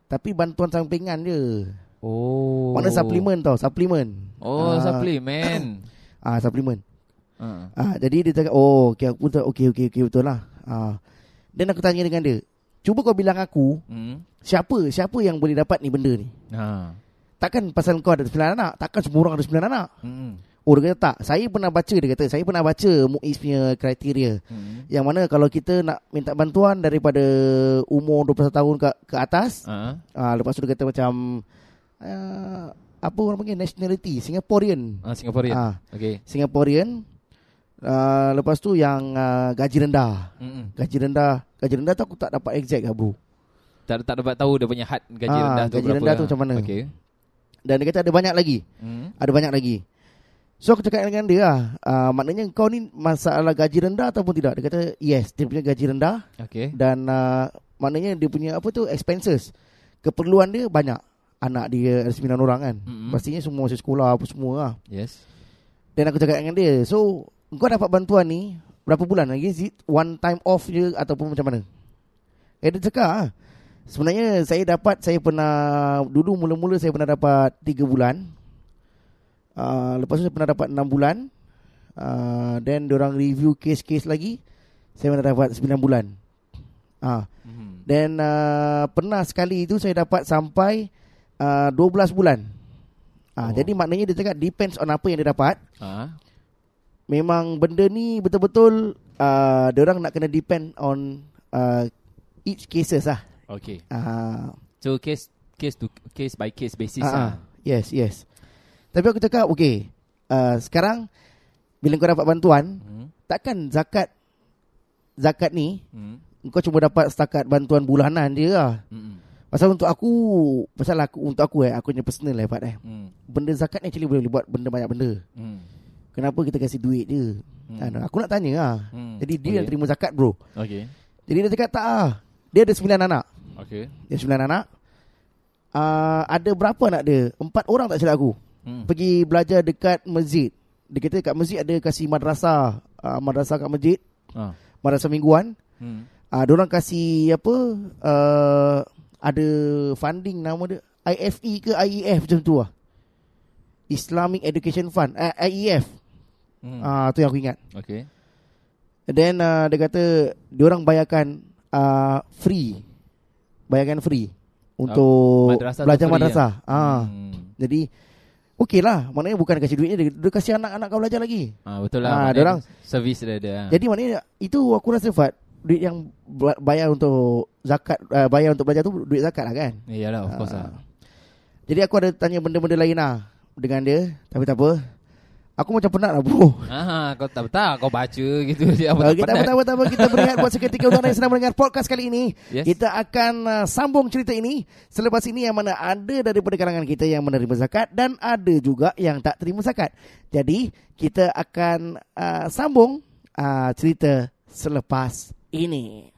Speaker 2: Tapi bantuan sampingan je
Speaker 1: Oh.
Speaker 2: Mana suplemen tau Suplemen
Speaker 1: Oh,
Speaker 2: Ah,
Speaker 1: suplemen.
Speaker 2: Ah suplemen
Speaker 1: Ha.
Speaker 2: ah, Jadi dia cakap Oh okay, aku betul Okay okay, okay betul lah ah. Dan aku tanya dengan dia Cuba kau bilang aku
Speaker 1: Hmm.
Speaker 2: Siapa Siapa yang boleh dapat ni benda ni
Speaker 1: Ha.
Speaker 2: Takkan pasal kau ada 9 anak Takkan semua orang ada 9 anak
Speaker 1: Hmm.
Speaker 2: Oh dia kata tak Saya pernah baca Dia kata saya pernah baca MUIS punya kriteria
Speaker 1: Hmm.
Speaker 2: Yang mana kalau kita nak minta bantuan Daripada umur 21 tahun ke, ke atas
Speaker 1: Ah.
Speaker 2: uh, Lepas tu dia kata macam uh, Apa orang panggil Nationality Singaporean
Speaker 1: Ah Singaporean.
Speaker 2: Ah.
Speaker 1: Okey.
Speaker 2: Singaporean uh, Lepas tu yang uh, gaji rendah
Speaker 1: Mm-mm.
Speaker 2: Gaji rendah Gaji rendah tu aku tak dapat exact lah bro
Speaker 1: Tak tak dapat tahu dia punya had gaji
Speaker 2: Ah,
Speaker 1: rendah tu
Speaker 2: gaji
Speaker 1: berapa.
Speaker 2: rendah tu
Speaker 1: lah.
Speaker 2: macam mana.
Speaker 1: Okey.
Speaker 2: Dan dia kata ada banyak lagi
Speaker 1: Hmm.
Speaker 2: Ada banyak lagi So aku cakap dengan dia lah uh, Maknanya kau ni masalah gaji rendah ataupun tidak Dia kata yes Dia punya gaji rendah
Speaker 1: Okey.
Speaker 2: Dan uh, maknanya dia punya apa tu Expenses Keperluan dia banyak Anak dia ada 9 orang kan
Speaker 1: Mm-mm.
Speaker 2: Pastinya semua masih sekolah apa semua lah
Speaker 1: Yes.
Speaker 2: Dan aku cakap dengan dia So kau dapat bantuan ni Berapa bulan lagi Is it one time off je Ataupun macam mana Eh dia cakap ah, Sebenarnya saya dapat Saya pernah Dulu mula-mula saya pernah dapat 3 bulan uh, Lepas tu saya pernah dapat 6 bulan uh, Then diorang review kes-kes lagi Saya pernah dapat 9 bulan Ah,
Speaker 1: Hmm.
Speaker 2: Then uh, pernah sekali itu saya dapat sampai uh, 12 bulan Ah,
Speaker 1: Oh.
Speaker 2: Jadi maknanya dia cakap Depends on apa yang dia dapat
Speaker 1: Ah.
Speaker 2: memang benda ni betul-betul uh, orang nak kena depend on uh, each cases lah.
Speaker 1: Okey.
Speaker 2: Uh,
Speaker 1: So case case to case by case basis
Speaker 2: ah, ah.
Speaker 1: ah.
Speaker 2: Yes, yes. Tapi aku cakap okay, uh, sekarang bila kau dapat bantuan,
Speaker 1: Hmm.
Speaker 2: takkan zakat zakat ni
Speaker 1: Hmm.
Speaker 2: kau cuma dapat setakat bantuan bulanan je lah.
Speaker 1: Hmm.
Speaker 2: Pasal untuk aku, pasal aku untuk aku eh, aku punya personal lah Pak eh.
Speaker 1: Hmm.
Speaker 2: Benda zakat ni actually boleh buat benda banyak benda.
Speaker 1: Hmm.
Speaker 2: Kenapa kita kasih duit je?
Speaker 1: Hmm.
Speaker 2: Kan? Aku nak tanya lah.
Speaker 1: Hmm.
Speaker 2: Jadi dia
Speaker 1: Boleh.
Speaker 2: yang terima zakat bro.
Speaker 1: Okey.
Speaker 2: Jadi dia cakap tak ah. Dia ada sembilan anak.
Speaker 1: Okey.
Speaker 2: Dia sembilan anak. Uh, ada berapa anak dia? Empat orang tak silap aku.
Speaker 1: Hmm.
Speaker 2: Pergi belajar dekat masjid. Dia kata kat masjid ada kasih madrasah. Uh, madrasah kat masjid.
Speaker 1: Ah.
Speaker 2: Madrasah mingguan.
Speaker 1: Hmm.
Speaker 2: Uh, diorang kasih apa? Uh, ada funding nama dia. IFE ke IEF macam tu lah. Islamic Education Fund. Uh, IEF.
Speaker 1: Hmm.
Speaker 2: Ah tu yang aku ingat.
Speaker 1: Okey.
Speaker 2: And Then uh, dia kata diorang bayarkan uh, free. Bayarkan free untuk
Speaker 1: madrasah tu
Speaker 2: Oh, belajar
Speaker 1: free
Speaker 2: madrasah. Ah.
Speaker 1: Hmm.
Speaker 2: Jadi okey lah. Maknanya bukan kasih duit dia, dia kasih anak-anak kau belajar lagi.
Speaker 1: Ah betul
Speaker 2: Ah,
Speaker 1: lah. Ah,
Speaker 2: dorang-
Speaker 1: servis dia ah. dia.
Speaker 2: Jadi maknanya itu aku rasa Fat duit yang bela- bayar untuk zakat uh, bayar untuk belajar tu duit zakat lah kan.
Speaker 1: Iyalah of course
Speaker 2: Ah.
Speaker 1: lah.
Speaker 2: Jadi aku ada tanya benda-benda lain lah dengan dia tapi tak apa. Aku macam penat lah bro.
Speaker 1: Ah, kau tak betah kau baca gitu dia apa
Speaker 2: Okey,
Speaker 1: tak
Speaker 2: tak apa, tak
Speaker 1: penat.
Speaker 2: apa, tak apa. Kita berehat buat seketika untuk anda yang sedang mendengar podcast kali ini.
Speaker 1: Yes.
Speaker 2: Kita akan uh, sambung cerita ini selepas ini yang mana ada daripada kalangan kita yang menerima zakat dan ada juga yang tak terima zakat. Jadi, kita akan uh, sambung uh, cerita selepas ini.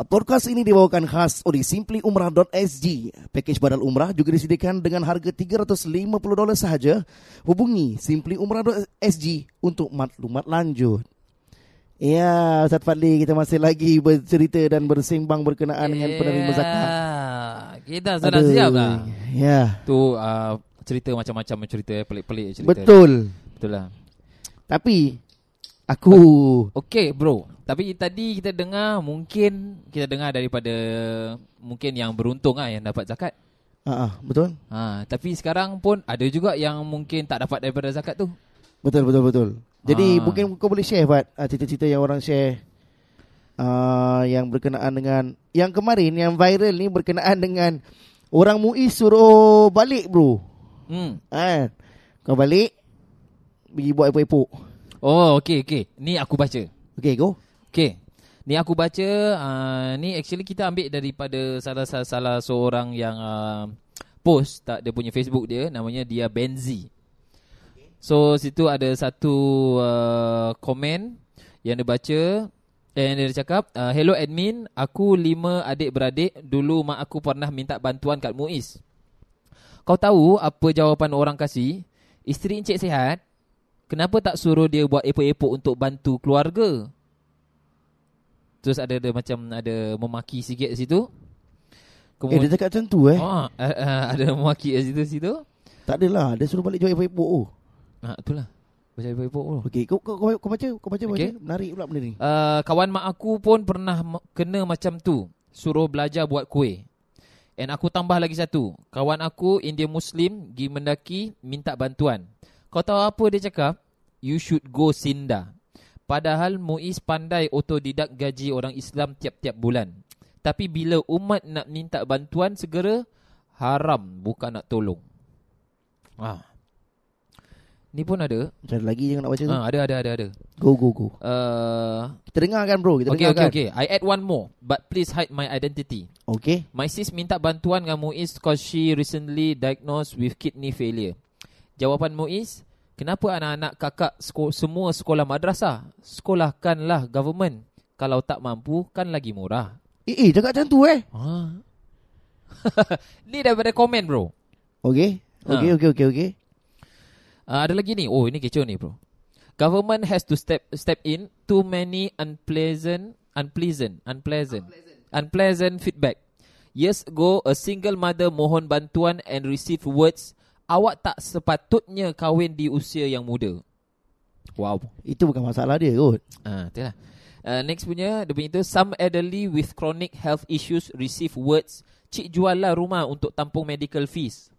Speaker 2: Podcast ini dibawakan khas oleh simplyumrah.sg. Pakej badal umrah juga disediakan dengan harga 350 dolar sahaja. Hubungi simplyumrah.sg untuk maklumat lanjut. Ya, Ustaz Fadli, kita masih lagi bercerita dan bersembang berkenaan dengan penerima zakat.
Speaker 1: Kita sudah Ya, siap lah.
Speaker 2: Ya,
Speaker 1: Tu ah, cerita macam-macam cerita eh, pelik-pelik cerita.
Speaker 2: betul.
Speaker 1: Betul lah.
Speaker 2: Tapi, aku...
Speaker 1: Okey bro. Tapi tadi kita dengar mungkin kita dengar daripada mungkin yang beruntung ah yang dapat zakat.
Speaker 2: Ah, ah, betul?
Speaker 1: Ha, tapi sekarang pun ada juga yang mungkin tak dapat daripada zakat tu.
Speaker 2: Betul betul betul. Jadi
Speaker 1: Ah.
Speaker 2: mungkin kau boleh share Fat ah, cerita-cerita yang orang share uh, yang berkenaan dengan yang kemarin yang viral ni berkenaan dengan orang MUI suruh balik bro.
Speaker 1: Hmm.
Speaker 2: Kan? Kau balik pergi buat epok-epok.
Speaker 1: Oh, okey okey. Ni aku baca.
Speaker 2: Okay go.
Speaker 1: Okey. Ni aku baca uh, ni actually kita ambil daripada salah salah, salah seorang yang uh, post tak dia punya Facebook dia namanya dia Benzi. So situ ada satu uh, komen yang dia baca and dia cakap uh, hello admin aku lima adik-beradik dulu mak aku pernah minta bantuan kat Muiz. Kau tahu apa jawapan orang kasih? Isteri encik sihat. Kenapa tak suruh dia buat epok-epok untuk bantu keluarga? Terus ada ada macam ada memaki sikit situ.
Speaker 2: Eh dia cakap macam tu eh oh.
Speaker 1: oh, uh, uh, ada memaki kat situ situ.
Speaker 2: Tak adalah Dia suruh balik jual epok-epok oh.
Speaker 1: Nah, itulah. Macam epok-epok tu.
Speaker 2: Okay kau, kau, kau, kau baca Kau baca okay.
Speaker 1: Okay.
Speaker 2: baca Menarik pula benda ni
Speaker 1: Uh, kawan mak aku pun pernah ma- kena macam tu. Suruh belajar buat kuih. And aku tambah lagi satu. Kawan aku India Muslim pergi mendaki minta bantuan. Kau tahu apa dia cakap? You should go Sinda. Padahal Muiz pandai otodidak gaji orang Islam tiap-tiap bulan. Tapi bila umat nak minta bantuan segera, haram bukan nak tolong. Ah. Ni pun ada.
Speaker 2: Macam ada lagi yang nak baca tu
Speaker 1: Ha, ada ada ada ada.
Speaker 2: Go go go
Speaker 1: Uh,
Speaker 2: Kita dengarkan bro Kita
Speaker 1: Okay, okay,
Speaker 2: dengarkan
Speaker 1: okay. I add one more. But please hide my identity.
Speaker 2: okay.
Speaker 1: My sis minta bantuan dengan Muiz because she recently diagnosed with kidney failure. Jawapan Muiz, kenapa anak-anak kakak seko- semua sekolah madrasah? Sekolahkanlah government. Kalau tak mampu, kan lagi murah.
Speaker 2: Eh, eh cakap macam tu eh
Speaker 1: Ah. Ni daripada komen, bro.
Speaker 2: Okay Okay
Speaker 1: Ha.
Speaker 2: okay okay okay
Speaker 1: Uh, ada lagi ni. Oh, ini kecoh ni, bro. Government has to step step in too many unpleasant unpleasant unpleasant unpleasant feedback. Years ago, a single mother mohon bantuan and receive words, awak tak sepatutnya kahwin di usia yang muda. Wow.
Speaker 2: Itu bukan masalah dia kot
Speaker 1: Ah, uh, lah. Uh, next punya, dia punya itu, some elderly with chronic health issues receive words, cik jual lah rumah untuk tampung medical fees.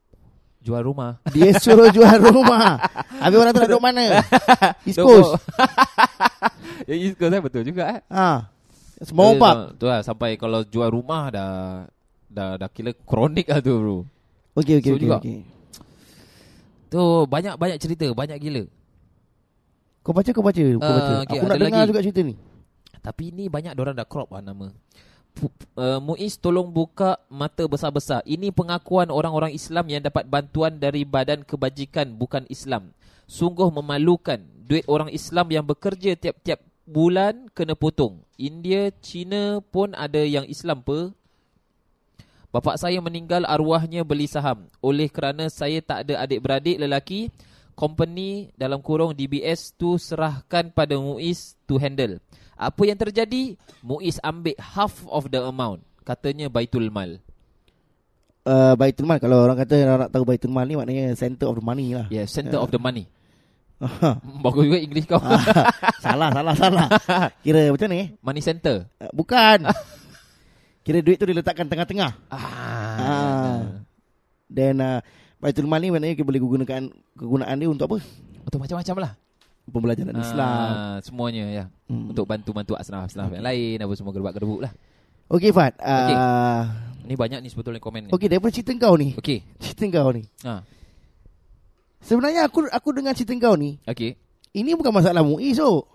Speaker 1: Jual rumah.
Speaker 2: Dia suruh jual rumah Habis orang tu nak duduk mana East Coast
Speaker 1: ya East Coast eh betul juga eh.
Speaker 2: ha. Small
Speaker 1: Dia
Speaker 2: park
Speaker 1: tu- Tu lah sampai kalau jual rumah dah dah dah kira kronik lah tu bro.
Speaker 2: Okay okay
Speaker 1: So
Speaker 2: okay,
Speaker 1: juga.
Speaker 2: okay.
Speaker 1: Tu banyak banyak cerita, banyak gila.
Speaker 2: Kau baca kau baca Kau
Speaker 1: Ah,
Speaker 2: baca
Speaker 1: okay,
Speaker 2: Aku nak
Speaker 1: ada
Speaker 2: dengar
Speaker 1: lagi.
Speaker 2: juga cerita ni
Speaker 1: Tapi ni banyak orang dah crop lah nama. Pu- Uh, Muiz tolong buka mata besar-besar. Ini pengakuan orang-orang Islam yang dapat bantuan dari Badan Kebajikan bukan Islam. Sungguh memalukan. Duit orang Islam yang bekerja tiap-tiap bulan kena potong. India, China pun ada yang Islam pe. Bapak saya meninggal arwahnya beli saham. Oleh kerana saya tak ada adik-beradik lelaki, company dalam kurung DBS tu serahkan pada Muiz to handle. Apa yang terjadi? Muiz ambil half of the amount. Katanya Baitul Mal.
Speaker 2: uh, Baitul Mal Kalau orang kata orang nak tahu Baitul Mal ni Maknanya center of the money lah
Speaker 1: Yeah, center of the money. Hmm, Bagus juga English kau.
Speaker 2: Ah. Salah salah salah Kira macam ni eh?
Speaker 1: money center.
Speaker 2: Uh, Bukan Kira duit tu diletakkan tengah-tengah Ah.
Speaker 1: Ah.
Speaker 2: Then uh, Baitul Mal ni maknanya kita boleh gunakan Kegunaan dia untuk apa
Speaker 1: Untuk macam-macam lah.
Speaker 2: Pembelajaran Islam
Speaker 1: Ah, semuanya ya.
Speaker 2: Hmm.
Speaker 1: Untuk bantu-bantu asnaf-asnaf yang lain apa semua gerbak-gerbuk lah.
Speaker 2: Okay Fat uh,
Speaker 1: Okey.
Speaker 2: okay.
Speaker 1: Ni banyak ni sebetulnya komen ni.
Speaker 2: okay daripada cerita kau ni
Speaker 1: Okey.
Speaker 2: Cerita kau ni
Speaker 1: Ah,
Speaker 2: Sebenarnya aku aku dengar cerita kau ni
Speaker 1: okey.
Speaker 2: Ini bukan masalah MUI so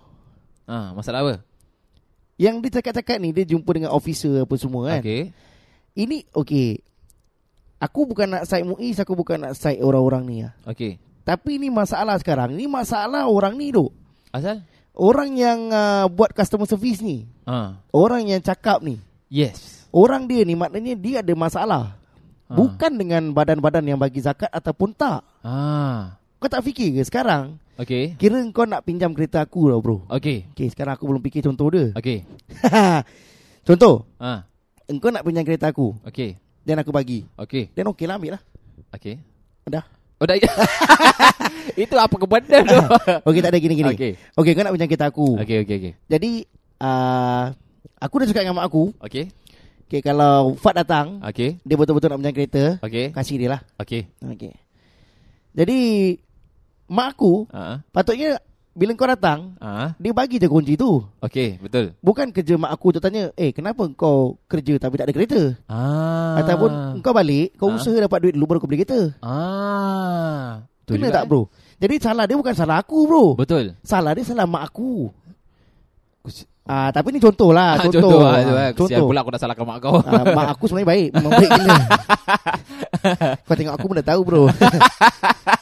Speaker 1: Ah, masalah apa?
Speaker 2: Yang dia cakap-cakap ni Dia jumpa dengan officer apa semua kan okay.
Speaker 1: Okey.
Speaker 2: Ini okay Aku bukan nak side MUIS Aku bukan nak side orang-orang ni lah
Speaker 1: Okey.
Speaker 2: Tapi ini masalah sekarang Ini masalah orang ni duk
Speaker 1: Asal?
Speaker 2: Orang yang uh, buat customer service ni
Speaker 1: Ah.
Speaker 2: Orang yang cakap ni
Speaker 1: Yes.
Speaker 2: Orang dia ni maknanya dia ada masalah
Speaker 1: Ha.
Speaker 2: Bukan dengan badan-badan yang bagi zakat ataupun tak
Speaker 1: Ah.
Speaker 2: Kau tak fikir ke sekarang
Speaker 1: Okey.
Speaker 2: Kira kau nak pinjam kereta aku lah bro
Speaker 1: Okey.
Speaker 2: Okay sekarang aku belum fikir contoh dia
Speaker 1: Okey.
Speaker 2: Contoh
Speaker 1: Ah.
Speaker 2: Engkau nak pinjam kereta aku
Speaker 1: Okey.
Speaker 2: Dan aku bagi
Speaker 1: Okey.
Speaker 2: Then okay lah ambil lah
Speaker 1: Okey.
Speaker 2: Dah
Speaker 1: Oh dah. Itu apa kebenaran tu?
Speaker 2: Okay tak ada gini-gini okay.
Speaker 1: Okey.
Speaker 2: okay kau nak pinjam kereta aku okay.
Speaker 1: Okey okey okey.
Speaker 2: Jadi uh, Aku dah cakap dengan mak aku
Speaker 1: Okey.
Speaker 2: Okay kalau Fat datang
Speaker 1: Okey.
Speaker 2: Dia betul-betul nak pinjam kereta
Speaker 1: Okey.
Speaker 2: Kasih dia lah
Speaker 1: Okey.
Speaker 2: Okay Jadi Mak aku
Speaker 1: Ah.
Speaker 2: Patutnya Bila kau datang
Speaker 1: Ah.
Speaker 2: Dia bagi je kunci tu
Speaker 1: Okey, betul.
Speaker 2: Bukan kerja mak aku tu tanya Eh kenapa kau kerja tapi tak ada kereta
Speaker 1: Ah.
Speaker 2: Ataupun kau balik Kau
Speaker 1: Ah.
Speaker 2: usaha dapat duit dulu baru kau beli kereta
Speaker 1: ah. Ha. Betul
Speaker 2: Kena
Speaker 1: juga,
Speaker 2: tak
Speaker 1: eh?
Speaker 2: bro Jadi salah dia bukan salah aku bro
Speaker 1: Betul.
Speaker 2: Salah dia salah mak aku Ah, tapi ni contoh lah,
Speaker 1: Ah,
Speaker 2: contoh.
Speaker 1: ah,
Speaker 2: Ah,
Speaker 1: contoh. Kesian pula aku nak salahkan mak kau.
Speaker 2: Ah, mak aku sebenarnya baik Memang baik gila Kau tengok aku pun dah tahu bro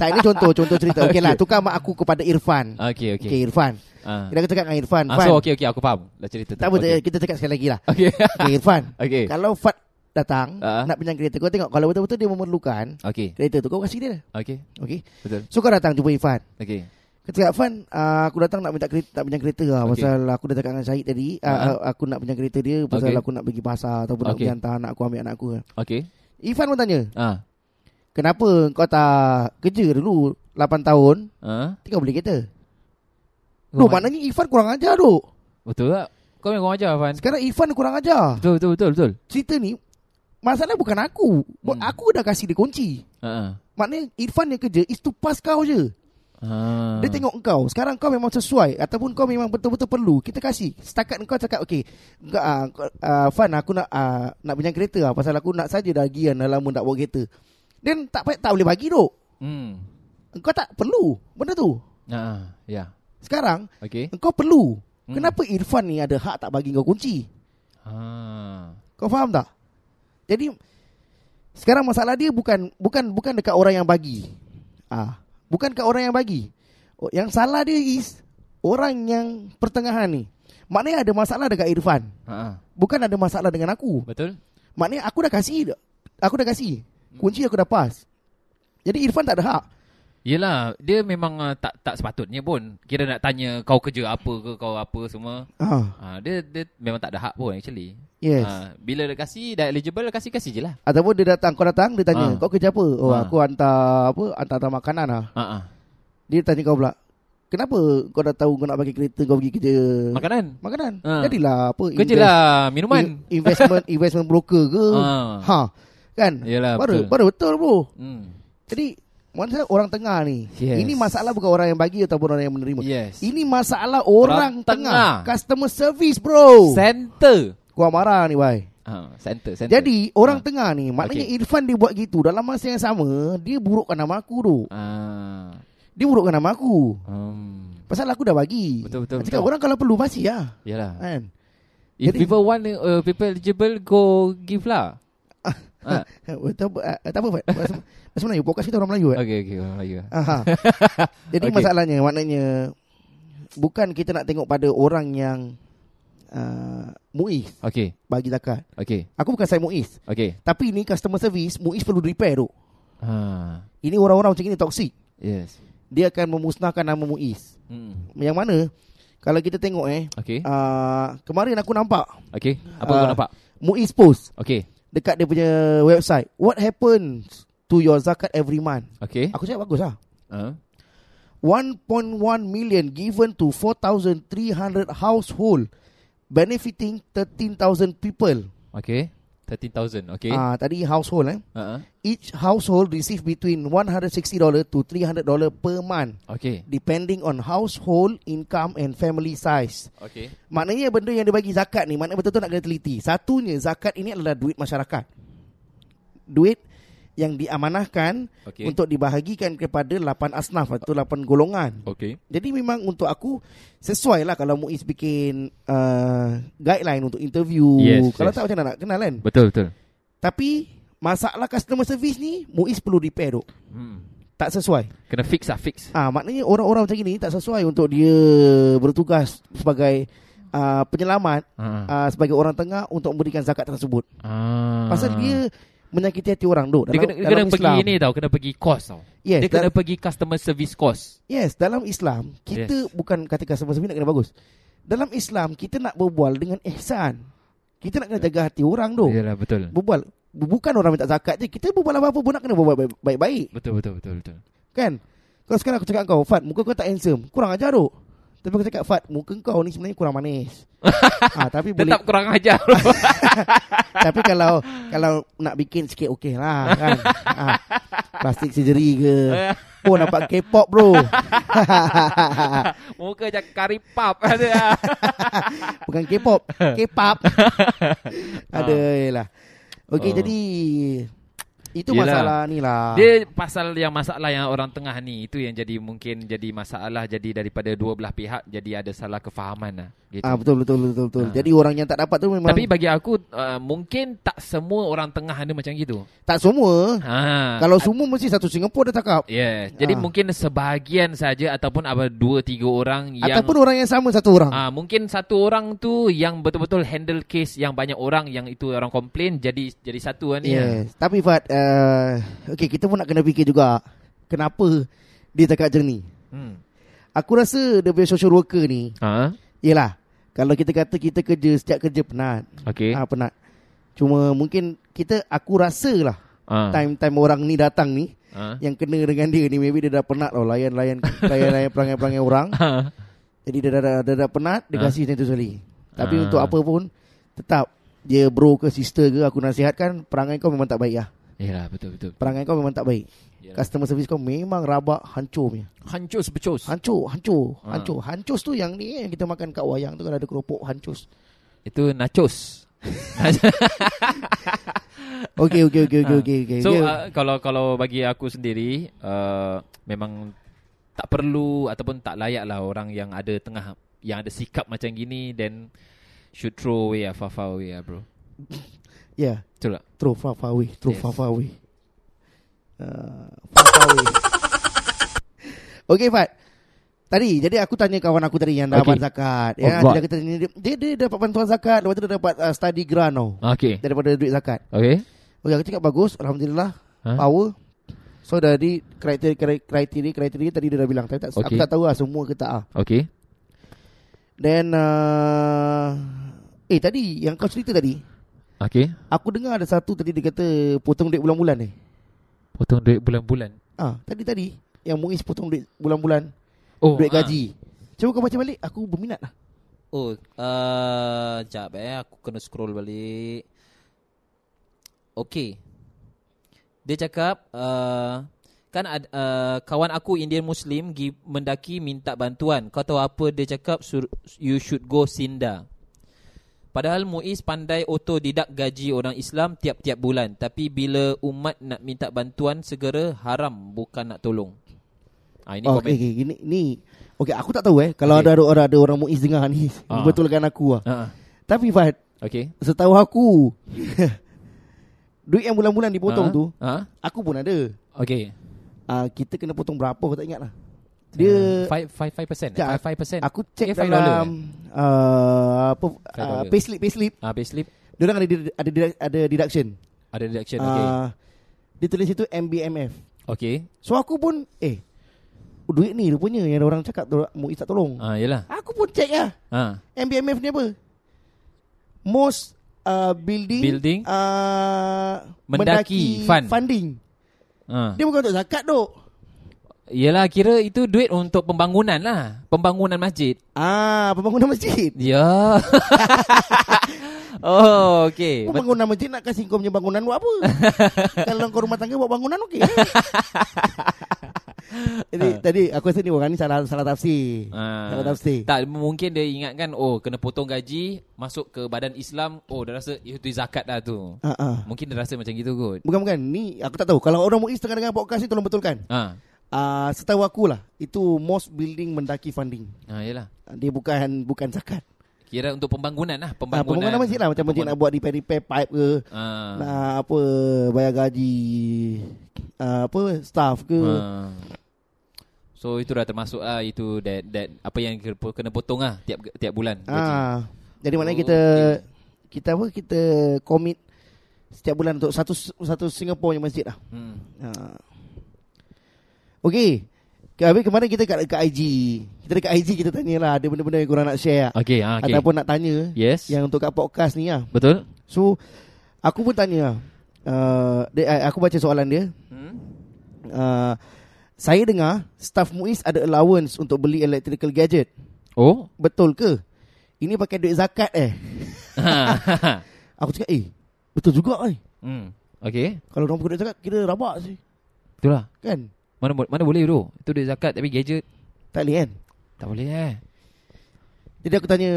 Speaker 2: Tak ini contoh Contoh cerita Okey lah Tukar mak aku kepada Irfan
Speaker 1: Okey
Speaker 2: Okey
Speaker 1: okey.
Speaker 2: Irfan
Speaker 1: Ah.
Speaker 2: Kita akan cakap dengan Irfan
Speaker 1: Ah,
Speaker 2: Fan,
Speaker 1: so okey okey aku faham. Dah cerita tu.
Speaker 2: Tak apa
Speaker 1: Okey.
Speaker 2: kita cakap sekali lagi lah
Speaker 1: Okey.
Speaker 2: Okey Irfan
Speaker 1: Okey.
Speaker 2: Kalau Fat datang
Speaker 1: Ah.
Speaker 2: Nak pinjam kereta Kau tengok Kalau betul-betul dia memerlukan
Speaker 1: Okey.
Speaker 2: Kereta tu kau kasih dia
Speaker 1: Okey.
Speaker 2: Okey
Speaker 1: Betul.
Speaker 2: So kau datang jumpa Irfan
Speaker 1: Okey.
Speaker 2: Kau cakap Fan ah, Aku datang nak minta kereta Nak pinjam kereta lah
Speaker 1: Okey.
Speaker 2: Pasal aku dah cakap dengan Syahid tadi ah,
Speaker 1: Ah.
Speaker 2: ah, Aku nak pinjam kereta dia Pasal
Speaker 1: Okey.
Speaker 2: aku nak pergi pasar Ataupun nak
Speaker 1: Okey.
Speaker 2: pergi hantar anak aku Ambil anak aku
Speaker 1: Okey.
Speaker 2: Irfan pun tanya
Speaker 1: Ah.
Speaker 2: Kenapa kau tak kerja dulu 8 tahun
Speaker 1: Ah.
Speaker 2: Tinggal beli kereta
Speaker 1: Oh,
Speaker 2: Loh maknanya Irfan kurang ajar tu
Speaker 1: Betul tak? Kau memang ajar Fan.
Speaker 2: Sekarang Irfan kurang ajar
Speaker 1: Betul betul betul betul.
Speaker 2: Cerita ni Masalah bukan aku Buat
Speaker 1: Hmm.
Speaker 2: Aku dah kasih dia kunci
Speaker 1: Ha.
Speaker 2: Maknanya Irfan yang kerja Is to pass kau je
Speaker 1: Ah.
Speaker 2: Dia tengok engkau Sekarang kau memang sesuai Ataupun kau memang betul-betul perlu Kita kasih Setakat engkau cakap Okay engkau, ah, kau- ah, Fan aku nak ah, Nak pinjam kereta lah Pasal aku nak saja dah kan, gian Dah lama nak bawa kereta Then tak, payah- tak boleh bagi tu
Speaker 1: Hmm.
Speaker 2: Engkau tak perlu Benda tu
Speaker 1: Ah. Ya.
Speaker 2: Sekarang
Speaker 1: Okey.
Speaker 2: Engkau perlu hmm.
Speaker 1: Hmm.
Speaker 2: Kenapa Irfan ni ada hak tak bagi kau kunci
Speaker 1: Ah.
Speaker 2: Kau faham tak? Jadi Sekarang masalah dia bukan Bukan bukan dekat orang yang bagi ah, Bukan dekat orang yang bagi O- Yang salah dia is Orang yang pertengahan ni Maknanya ada masalah dekat Irfan
Speaker 1: Ha.
Speaker 2: Bukan ada masalah dengan aku
Speaker 1: Betul?
Speaker 2: Maknanya aku dah kasih dah- Aku dah kasih Kunci aku dah pas Jadi Irfan tak ada hak
Speaker 1: Yelah, dia memang uh, tak tak sepatutnya pun. Kira nak tanya kau kerja apa ke, kau apa semua.
Speaker 2: ah,
Speaker 1: Uh, dia dia memang tak ada hak pun actually.
Speaker 2: Yes
Speaker 1: Ah, bila dah kasih, dah eligible, kasih kasih je lah.
Speaker 2: Ataupun dia datang Kau datang Dia tanya
Speaker 1: Ah.
Speaker 2: Kau kerja apa Oh
Speaker 1: Ah.
Speaker 2: aku hantar Apa Hantar-hantar makanan lah
Speaker 1: Ha ah.
Speaker 2: Dia tanya kau pula Kenapa kau dah tahu kau nak pakai kereta kau pergi kerja
Speaker 1: Makanan.
Speaker 2: makanan?
Speaker 1: Ah.
Speaker 2: Jadilah apa invest-
Speaker 1: Kerjalah minuman.
Speaker 2: in- investment investment broker ke?
Speaker 1: Ha.
Speaker 2: Ha. Kan?
Speaker 1: Yalah,
Speaker 2: baru
Speaker 1: betul.
Speaker 2: baru betul bro.
Speaker 1: Hmm.
Speaker 2: Jadi maksudnya orang tengah ni.
Speaker 1: Yes.
Speaker 2: Ini masalah bukan orang yang bagi ataupun orang yang menerima.
Speaker 1: Yes.
Speaker 2: Ini masalah orang
Speaker 1: Orang
Speaker 2: tengah.
Speaker 1: tengah.
Speaker 2: Customer service bro.
Speaker 1: Center.
Speaker 2: Gua marah ni bai.
Speaker 1: Ha, center, center.
Speaker 2: Jadi orang tengah ni maknanya
Speaker 1: Ha. Okey.
Speaker 2: Irfan dia buat gitu dalam masa yang sama dia burukkan nama aku tu.
Speaker 1: ah.
Speaker 2: Dia burukkan nama aku.
Speaker 1: Um,
Speaker 2: Pasal aku dah bagi.
Speaker 1: Betul, betul,
Speaker 2: Cakap
Speaker 1: betul.
Speaker 2: orang kalau perlu masih lah.
Speaker 1: yalah.
Speaker 2: Kan?
Speaker 1: If
Speaker 2: Jadi-
Speaker 1: people want uh, people eligible go give lah. Ah.
Speaker 2: Eh, tak apa, eh, tak apa Fat. Bahasa, bahasa Melayu, podcast kita orang Melayu Fat.
Speaker 1: Okay, okay. Oh, yeah.
Speaker 2: Aha. Jadi
Speaker 1: Okey.
Speaker 2: masalahnya, maknanya bukan kita nak tengok pada orang yang uh, Muiz
Speaker 1: Okay.
Speaker 2: bagi zakat.
Speaker 1: Okay.
Speaker 2: Aku bukan saya Muiz.
Speaker 1: Okay.
Speaker 2: Tapi ni customer service, Muiz perlu repair tu.
Speaker 1: Ha.
Speaker 2: Ini orang-orang macam ni toksik.
Speaker 1: Yes.
Speaker 2: Dia akan memusnahkan nama Muiz.
Speaker 1: Hmm.
Speaker 2: Yang mana, kalau kita tengok eh,
Speaker 1: Okay.
Speaker 2: uh, kemarin aku nampak
Speaker 1: Okay. Apa
Speaker 2: Ah.
Speaker 1: kau nampak?
Speaker 2: Muiz post
Speaker 1: Okay.
Speaker 2: dekat dia punya website. What happens to your zakat every month?
Speaker 1: Okay.
Speaker 2: Aku cakap bagus lah.
Speaker 1: Uh.
Speaker 2: 1.1 million given to 4,300 household benefiting 13,000 people.
Speaker 1: Okay. 13,000. Okay.
Speaker 2: Ah, tadi household eh.
Speaker 1: Uh-huh.
Speaker 2: Each household receive between $160 to $300 per month
Speaker 1: Okay.
Speaker 2: depending on household income and family size.
Speaker 1: Okay.
Speaker 2: Maknanya benda yang dia bagi zakat ni maknanya betul-betul nak kena teliti. Satunya zakat ini adalah duit masyarakat. Duit yang diamanahkan okay.
Speaker 1: Okay.
Speaker 2: untuk dibahagikan kepada 8 asnaf atau 8 golongan.
Speaker 1: Okay.
Speaker 2: Jadi memang untuk aku sesuai lah kalau Muiz bikin uh, guideline untuk interview.
Speaker 1: Yes,
Speaker 2: kalau
Speaker 1: yes.
Speaker 2: tak macam mana nak kenal kan.
Speaker 1: Betul, betul.
Speaker 2: Tapi masalah customer service ni Muiz perlu repair duk.
Speaker 1: Hmm.
Speaker 2: Tak sesuai.
Speaker 1: Kena fix lah, fix.
Speaker 2: Ah maknanya orang-orang macam ni tak sesuai untuk dia bertugas sebagai uh, penyelamat
Speaker 1: Ha.
Speaker 2: uh, sebagai orang tengah untuk memberikan zakat tersebut.
Speaker 1: Ah.
Speaker 2: Pasal dia menyakiti hati orang duk
Speaker 1: dia
Speaker 2: dalam,
Speaker 1: kena, dia
Speaker 2: dalam
Speaker 1: kena pergi
Speaker 2: Islam.
Speaker 1: ni tau, kena pergi course tau.
Speaker 2: Yes,
Speaker 1: dia kena
Speaker 2: dalam-
Speaker 1: pergi customer service course.
Speaker 2: Yes, dalam Islam kita
Speaker 1: Yes.
Speaker 2: yes. bukan kata customer service nak kena bagus. Dalam Islam kita nak berbual dengan ihsan. Kita nak kena jaga hati orang tu. Yeah.
Speaker 1: Yalah, betul.
Speaker 2: Berbual bukan orang minta zakat je. Kita berbual apa-apa pun nak kena berbual baik- baik-baik,
Speaker 1: Betul, betul, betul, betul.
Speaker 2: kan? Kau sekarang aku cakap kau, Fat, muka kau tak handsome. Kurang ajar tu. Tapi aku cakap Fat, muka kau ni sebenarnya kurang manis. ha, tapi boleh
Speaker 1: Tetap kurang ajar.
Speaker 2: tapi kalau kalau nak bikin sikit okey lah kan. ha, plastik surgery ke. Oh nampak K-pop bro.
Speaker 1: Muka macam curry puff ada lah.
Speaker 2: Bukan K-pop
Speaker 1: Ah.
Speaker 2: K-pop Ada lah Okey
Speaker 1: Oh.
Speaker 2: jadi Itu
Speaker 1: Yelah.
Speaker 2: masalah ni lah.
Speaker 1: Dia pasal yang masalah yang orang tengah ni itu yang jadi mungkin jadi masalah jadi daripada dua belah pihak jadi ada salah kefahaman lah. Gitu.
Speaker 2: Ah betul betul betul betul.
Speaker 1: Ah.
Speaker 2: Jadi orang yang tak dapat tu memang
Speaker 1: Tapi bagi aku uh, mungkin tak semua orang tengah ada macam gitu.
Speaker 2: tak semua.
Speaker 1: Ha.
Speaker 2: Kalau semua mesti satu Singapura dah takap.
Speaker 1: yeah.
Speaker 2: Ah.
Speaker 1: jadi mungkin sebahagian saja ataupun ada dua tiga orang yang
Speaker 2: Ataupun orang yang sama satu orang.
Speaker 1: Ah mungkin satu orang tu yang betul-betul handle case yang banyak orang yang itu orang komplain jadi jadi satu kan ni.
Speaker 2: Yes. Tapi Fat, uh, okay, kita pun nak kena fikir juga kenapa dia cakap macam ni.
Speaker 1: Hmm.
Speaker 2: Aku rasa dia punya social worker ni,
Speaker 1: Ha.
Speaker 2: yelah, kalau kita kata kita kerja, setiap kerja penat. Okay.
Speaker 1: Okey.
Speaker 2: Ha, penat. Cuma mungkin kita, aku rasa lah
Speaker 1: Ah.
Speaker 2: time-time orang ni datang ni,
Speaker 1: Ah.
Speaker 2: yang kena dengan dia ni, maybe dia dah penat lah layan-layan layan-layan perangai-perangai orang.
Speaker 1: Ah.
Speaker 2: Jadi dia dah, dah, dah, dah penat, dia
Speaker 1: Ah.
Speaker 2: kasih macam tu sekali. Tapi
Speaker 1: Ah.
Speaker 2: untuk apa pun, tetap dia bro ke sister ke aku nasihatkan perangai kau memang tak baik lah.
Speaker 1: Yalah betul betul.
Speaker 2: Perangai kau memang tak baik
Speaker 1: Yalah.
Speaker 2: Customer service kau memang rabak Hancur punya
Speaker 1: Hancur sebecus.
Speaker 2: Hancur Hancur
Speaker 1: Ha.
Speaker 2: Hancur Hancur tu yang ni eh, Yang kita makan kat wayang tu Kalau ada keropok hancur
Speaker 1: Itu nachos.
Speaker 2: Okay okay okay okay,
Speaker 1: Ah.
Speaker 2: okay, okay.
Speaker 1: So
Speaker 2: okay.
Speaker 1: uh, kalau kalau bagi aku sendiri uh, memang tak perlu ataupun tak layak lah orang yang ada tengah yang ada sikap macam gini then should throw away lah, far far away lah bro.
Speaker 2: Yeah
Speaker 1: Betul tak?
Speaker 2: Throw far far away Throw
Speaker 1: Yes.
Speaker 2: far far away uh, Far far away Okay Fat Tadi jadi aku tanya kawan aku tadi yang dapat
Speaker 1: Okay. Oh,
Speaker 2: zakat ya
Speaker 1: Alright.
Speaker 2: dia kata ni, dia, dia, dia dapat bantuan zakat lepas tu dia dapat uh, study grant tau
Speaker 1: Okay.
Speaker 2: daripada duit zakat.
Speaker 1: Okay.
Speaker 2: Okey aku cakap bagus alhamdulillah
Speaker 1: Ha?
Speaker 2: power So dari kriteria kriteria kriteria tadi dia dah bilang tapi tak okay. aku
Speaker 1: Okay.
Speaker 2: tak tahu lah semua ke tak ah.
Speaker 1: Okay.
Speaker 2: Then uh, eh tadi yang kau cerita tadi
Speaker 1: Okay.
Speaker 2: aku dengar ada satu tadi dia kata potong duit bulan-bulan ni.
Speaker 1: Potong duit bulan-bulan.
Speaker 2: Ah tadi tadi yang Muiz potong duit bulan-bulan
Speaker 1: Oh,
Speaker 2: duit
Speaker 1: ah.
Speaker 2: gaji. Cuba kau baca balik aku berminat lah.
Speaker 3: Oh, uh, jap eh aku kena scroll balik. Okay. Dia cakap uh, kan ad, uh, kawan aku Indian Muslim gi, mendaki minta bantuan. Kau tahu apa dia cakap sur, you should go Sinda. Padahal Muiz pandai otodidak gaji orang Islam tiap-tiap bulan. Tapi bila umat nak minta bantuan segera haram bukan nak tolong. Ah ini
Speaker 2: Oh,
Speaker 3: komen.
Speaker 2: okay, okay, gini ni. Okey aku tak tahu eh kalau
Speaker 1: Okey.
Speaker 2: ada ada orang ada orang Muiz dengar ni
Speaker 1: Ah.
Speaker 2: betulkan aku lah.
Speaker 1: Ah.
Speaker 2: Tapi Fat
Speaker 1: Okay.
Speaker 2: setahu aku duit yang bulan-bulan dipotong
Speaker 1: Ah.
Speaker 2: tu
Speaker 1: Ah.
Speaker 2: aku pun ada.
Speaker 1: Okay.
Speaker 2: Ah kita kena potong berapa aku tak ingat lah.
Speaker 1: Eh,
Speaker 2: Dia
Speaker 1: five five five percent.
Speaker 2: Sekejap,
Speaker 1: Five five percent.
Speaker 2: aku check
Speaker 1: dia five dollar,
Speaker 2: dalam uh, apa
Speaker 1: Five
Speaker 2: uh,
Speaker 1: dollar.
Speaker 2: payslip payslip.
Speaker 1: Ah, base slip
Speaker 2: Dia orang ada di- ada di- ada deduction.
Speaker 1: ada deduction. Okay.
Speaker 2: Ah, dia tulis itu MBMF.
Speaker 1: Okay.
Speaker 2: So aku pun eh duit ni rupanya yang orang cakap tu Muiz tak tolong.
Speaker 1: Ah, yalah.
Speaker 2: Aku pun check lah.
Speaker 1: Ah.
Speaker 2: MBMF ni apa? Most uh, building
Speaker 1: Building.
Speaker 2: uh,
Speaker 1: Mendaki fund.
Speaker 2: funding.
Speaker 1: Ah.
Speaker 2: Dia bukan untuk zakat dok.
Speaker 1: Yelah kira itu duit untuk pembangunan lah Pembangunan masjid
Speaker 2: Ah, pembangunan masjid.
Speaker 1: Ya Oh okay
Speaker 2: Kau bangunan masjid nak kasih kau punya bangunan buat apa? Kalau kau rumah tangga buat bangunan okey. eh? Jadi tadi aku rasa ni orang ni salah salah tafsir.
Speaker 1: Ah.
Speaker 2: Salah tafsir.
Speaker 1: Tak mungkin dia ingatkan Oh kena potong gaji Masuk ke badan Islam Oh dia rasa itu zakat lah tu
Speaker 2: Ha ah.
Speaker 1: Mungkin dia rasa macam gitu kot
Speaker 2: Bukan bukan ni aku tak tahu. Kalau orang Muiz tengah dengar podcast ni tolong betulkan.
Speaker 1: Ah,
Speaker 2: Ah uh, setahu aku lah itu most building mendaki funding.
Speaker 1: ah yelah
Speaker 2: Ah, Dia bukan bukan zakat.
Speaker 1: Kira untuk pembangunan lah
Speaker 2: Pembangunan,
Speaker 1: Pembangunan,
Speaker 2: ah, pembangunan masjid lah macam masjid nak buat repair repair pipe ke.
Speaker 1: ah.
Speaker 2: Nak apa bayar gaji ah, apa staff ke.
Speaker 1: Ah. So itu dah termasuk lah Itu that, that Apa yang kena po- kena potong lah Tiap, tiap bulan gaji.
Speaker 2: Ah, jadi maknanya
Speaker 1: Oh,
Speaker 2: kita kita apa kita commit setiap bulan untuk satu satu Singapore punya masjid lah.
Speaker 1: Hmm.
Speaker 2: Ha. Okey. Ke- Habis kemarin kita kat, kat IG Kita dekat IG kita tanyalah Ada benda-benda yang korang nak share tak?
Speaker 1: Okay, ah, okay.
Speaker 2: Ataupun nak tanya
Speaker 1: Yes
Speaker 2: Yang untuk kat podcast ni lah
Speaker 1: Betul
Speaker 2: So Aku pun tanya lah uh, dia, eh, Aku baca soalan dia
Speaker 1: hmm?
Speaker 2: uh, Saya dengar Staff Muiz ada allowance Untuk beli electrical gadget
Speaker 1: Oh
Speaker 2: Betul ke? Ini pakai duit zakat eh Aku cakap eh Betul juga eh
Speaker 1: hmm. Okay
Speaker 2: Kalau orang pakai duit zakat Kira rabak sih
Speaker 1: Itulah
Speaker 2: Kan?
Speaker 1: Mana bo- mana boleh tu Itu duit zakat Tapi gadget
Speaker 2: Tak boleh kan?
Speaker 1: Tak boleh eh
Speaker 2: Jadi aku tanya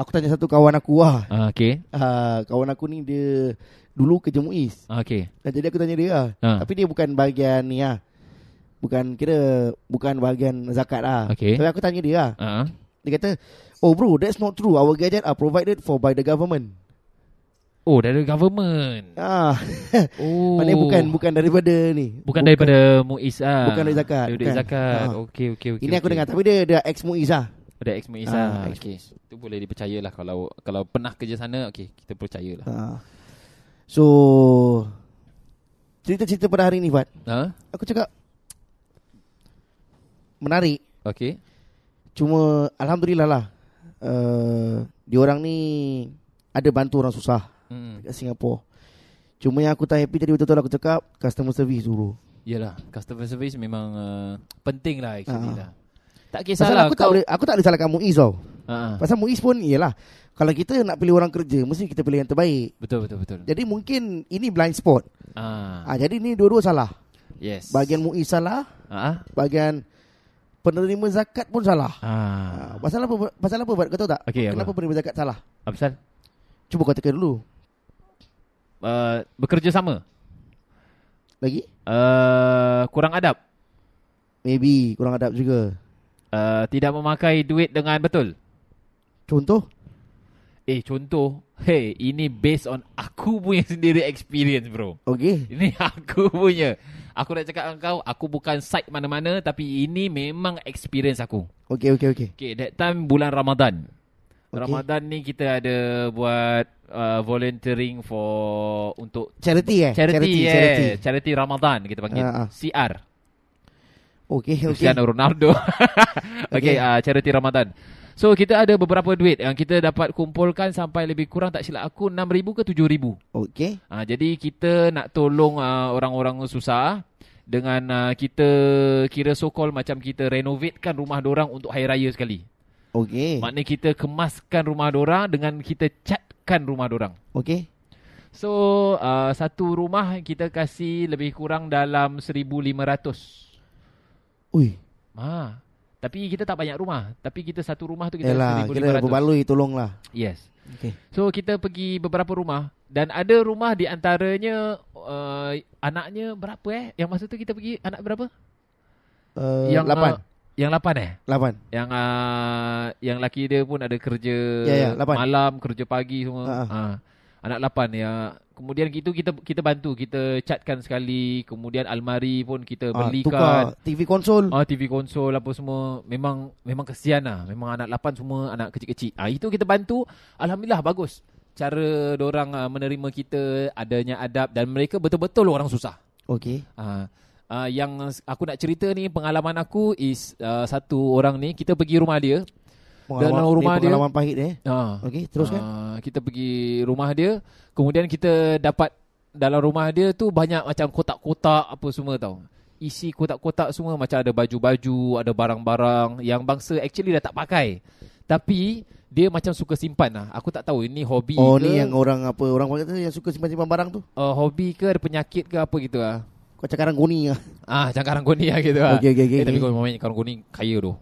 Speaker 2: Aku tanya satu kawan aku lah
Speaker 1: uh, Okay
Speaker 2: uh, Kawan aku ni dia Dulu kerja Muiz
Speaker 1: Ah, Okay.
Speaker 2: Dan jadi aku tanya dia lah
Speaker 1: Ha.
Speaker 2: Tapi dia bukan bahagian ni lah Bukan kira Bukan bahagian zakat lah
Speaker 1: Okey.
Speaker 2: Tapi aku tanya dia lah
Speaker 1: Uh-huh.
Speaker 2: Dia kata Oh bro that's not true Our gadget are provided for by the government
Speaker 1: Oh, dari government.
Speaker 2: Ah,
Speaker 1: Oh.
Speaker 2: Maknanya bukan bukan daripada ni
Speaker 1: Bukan daripada Muiz ah.
Speaker 2: bukan dari zakat,
Speaker 1: Dari
Speaker 2: bukan.
Speaker 1: zakat.
Speaker 2: Ah.
Speaker 1: Okey okey okey.
Speaker 2: Ini aku
Speaker 1: okey.
Speaker 2: dengar Tapi dia dia ex Muiz lah
Speaker 1: Ada ex Muiz
Speaker 2: Ah,
Speaker 1: ah.
Speaker 2: ex
Speaker 1: Okey. Itu boleh dipercayalah kalau kalau pernah kerja sana, okey, kita percayalah.
Speaker 2: Ah. So Cerita-cerita pada hari ni Fat
Speaker 1: Ha?
Speaker 2: Aku cakap Menarik
Speaker 1: Okey.
Speaker 2: Cuma Alhamdulillah lah uh, Diorang ni Ada bantu orang susah
Speaker 1: Hmm.
Speaker 2: Dekat Singapura Cuma yang aku tak happy tadi betul-betul aku cakap Customer service dulu
Speaker 1: Yalah, customer service memang uh, penting lah actually
Speaker 2: Ah.
Speaker 1: lah. Tak
Speaker 2: Pasal
Speaker 1: kisahlah
Speaker 2: aku tak boleh Aku tak boleh salahkan Muiz tau
Speaker 1: Ah, ah.
Speaker 2: Pasal Muiz pun Yelah Kalau kita nak pilih orang kerja Mesti kita pilih yang terbaik
Speaker 1: Betul betul betul.
Speaker 2: Jadi mungkin Ini blind spot
Speaker 1: Ah.
Speaker 2: ha, Jadi ni dua-dua salah
Speaker 1: Yes.
Speaker 2: Bahagian Muiz salah
Speaker 1: ah.
Speaker 2: Bahagian Penerima zakat pun salah
Speaker 1: Ah. ah.
Speaker 2: ha, Pasal apa Pasal apa Fat? Kau tahu tak
Speaker 1: Okey,
Speaker 2: Kenapa
Speaker 1: apa?
Speaker 2: penerima zakat salah
Speaker 1: Absal
Speaker 2: Cuba kau teka dulu
Speaker 1: uh, bekerja sama.
Speaker 2: Lagi
Speaker 1: Uh, kurang adab.
Speaker 2: Maybe Kurang adab juga
Speaker 1: Uh, tidak memakai duit dengan betul.
Speaker 2: Contoh
Speaker 1: Eh contoh, hey ini based on aku punya sendiri experience bro.
Speaker 2: Okay
Speaker 1: Ini aku punya. Aku nak cakap dengan kau, aku bukan site mana-mana tapi ini memang experience aku.
Speaker 2: Okay okay okay
Speaker 1: Okay, that time bulan Ramadan.
Speaker 2: Okay.
Speaker 1: Okay. Ramadan ni kita ada buat uh, volunteering for untuk
Speaker 2: Charity eh
Speaker 1: charity, charity, yeah.
Speaker 2: charity.
Speaker 1: charity. charity Ramadan kita panggil.
Speaker 2: Ah, ah.
Speaker 1: Uh, CR.
Speaker 2: Okay okay
Speaker 1: Cristiano Ronaldo. okay,
Speaker 2: Okay.
Speaker 1: uh, charity Ramadan. So kita ada beberapa duit yang kita dapat kumpulkan sampai lebih kurang tak silap aku 6000 ke 7000.
Speaker 2: Okay
Speaker 1: Ha, jadi kita nak tolong uh, orang-orang susah dengan uh, kita kira sokol macam kita renovatekan rumah dorang untuk hari raya sekali.
Speaker 2: Okay
Speaker 1: Maknanya kita kemaskan rumah dorang dengan kita catkan rumah dorang.
Speaker 2: Okay
Speaker 1: So uh, satu rumah kita kasih lebih kurang dalam 1500.
Speaker 2: Ui
Speaker 1: Ha. Tapi kita tak banyak rumah. Tapi kita satu rumah tu kita
Speaker 2: Yalah Kira
Speaker 1: 1500.
Speaker 2: berbaloi tolonglah
Speaker 1: Yes.
Speaker 2: Okay
Speaker 1: So kita pergi beberapa rumah dan ada rumah di antaranya uh, anaknya berapa eh? Yang masa tu kita pergi anak berapa?
Speaker 2: uh,
Speaker 1: yang
Speaker 2: Lapan
Speaker 1: Uh, yang lapan eh?
Speaker 2: Lapan
Speaker 1: Yang uh, yang laki dia pun ada kerja
Speaker 2: Ya, ya, lapan.
Speaker 1: malam, kerja pagi semua.
Speaker 2: Ha,
Speaker 1: Ha.
Speaker 2: ha.
Speaker 1: Anak lapan ya. Kemudian gitu kita kita bantu, kita catkan sekali, kemudian almari pun kita
Speaker 2: Ah,
Speaker 1: belikan.
Speaker 2: TV konsol
Speaker 1: Ah TV konsol apa semua memang memang kesian lah. Memang anak lapan semua anak kecil-kecil. Ah itu kita bantu, alhamdulillah bagus. Cara dorang ah, menerima kita adanya adab dan mereka betul-betul orang susah.
Speaker 2: Okay
Speaker 1: Ah, ah, yang aku nak cerita ni pengalaman aku is ah, satu orang ni kita pergi rumah dia.
Speaker 2: Pengalaman,
Speaker 1: dalam rumah
Speaker 2: dia
Speaker 1: dia-
Speaker 2: pengalaman pahit eh kan?
Speaker 1: Ah.
Speaker 2: Okay teruskan
Speaker 1: Ah, kita pergi rumah dia, kemudian kita dapat dalam rumah dia tu banyak macam kotak-kotak apa semua tau. Isi kotak-kotak semua macam ada baju-baju, ada barang-barang yang bangsa actually dah tak pakai. Tapi dia macam suka simpan lah. Aku tak tahu ini hobi
Speaker 2: Oh
Speaker 1: ke
Speaker 2: ni yang orang apa Orang kata yang suka simpan-simpan barang tu
Speaker 1: uh, hobi ke ada penyakit ke apa gitu lah.
Speaker 2: Kau cakap orang goni lah
Speaker 1: Ah, jangan karang lah gitu lah.
Speaker 2: Okey, okey, okey,
Speaker 1: eh, tapi
Speaker 2: okey. Ah,
Speaker 1: kalau memang karang goni kaya tu.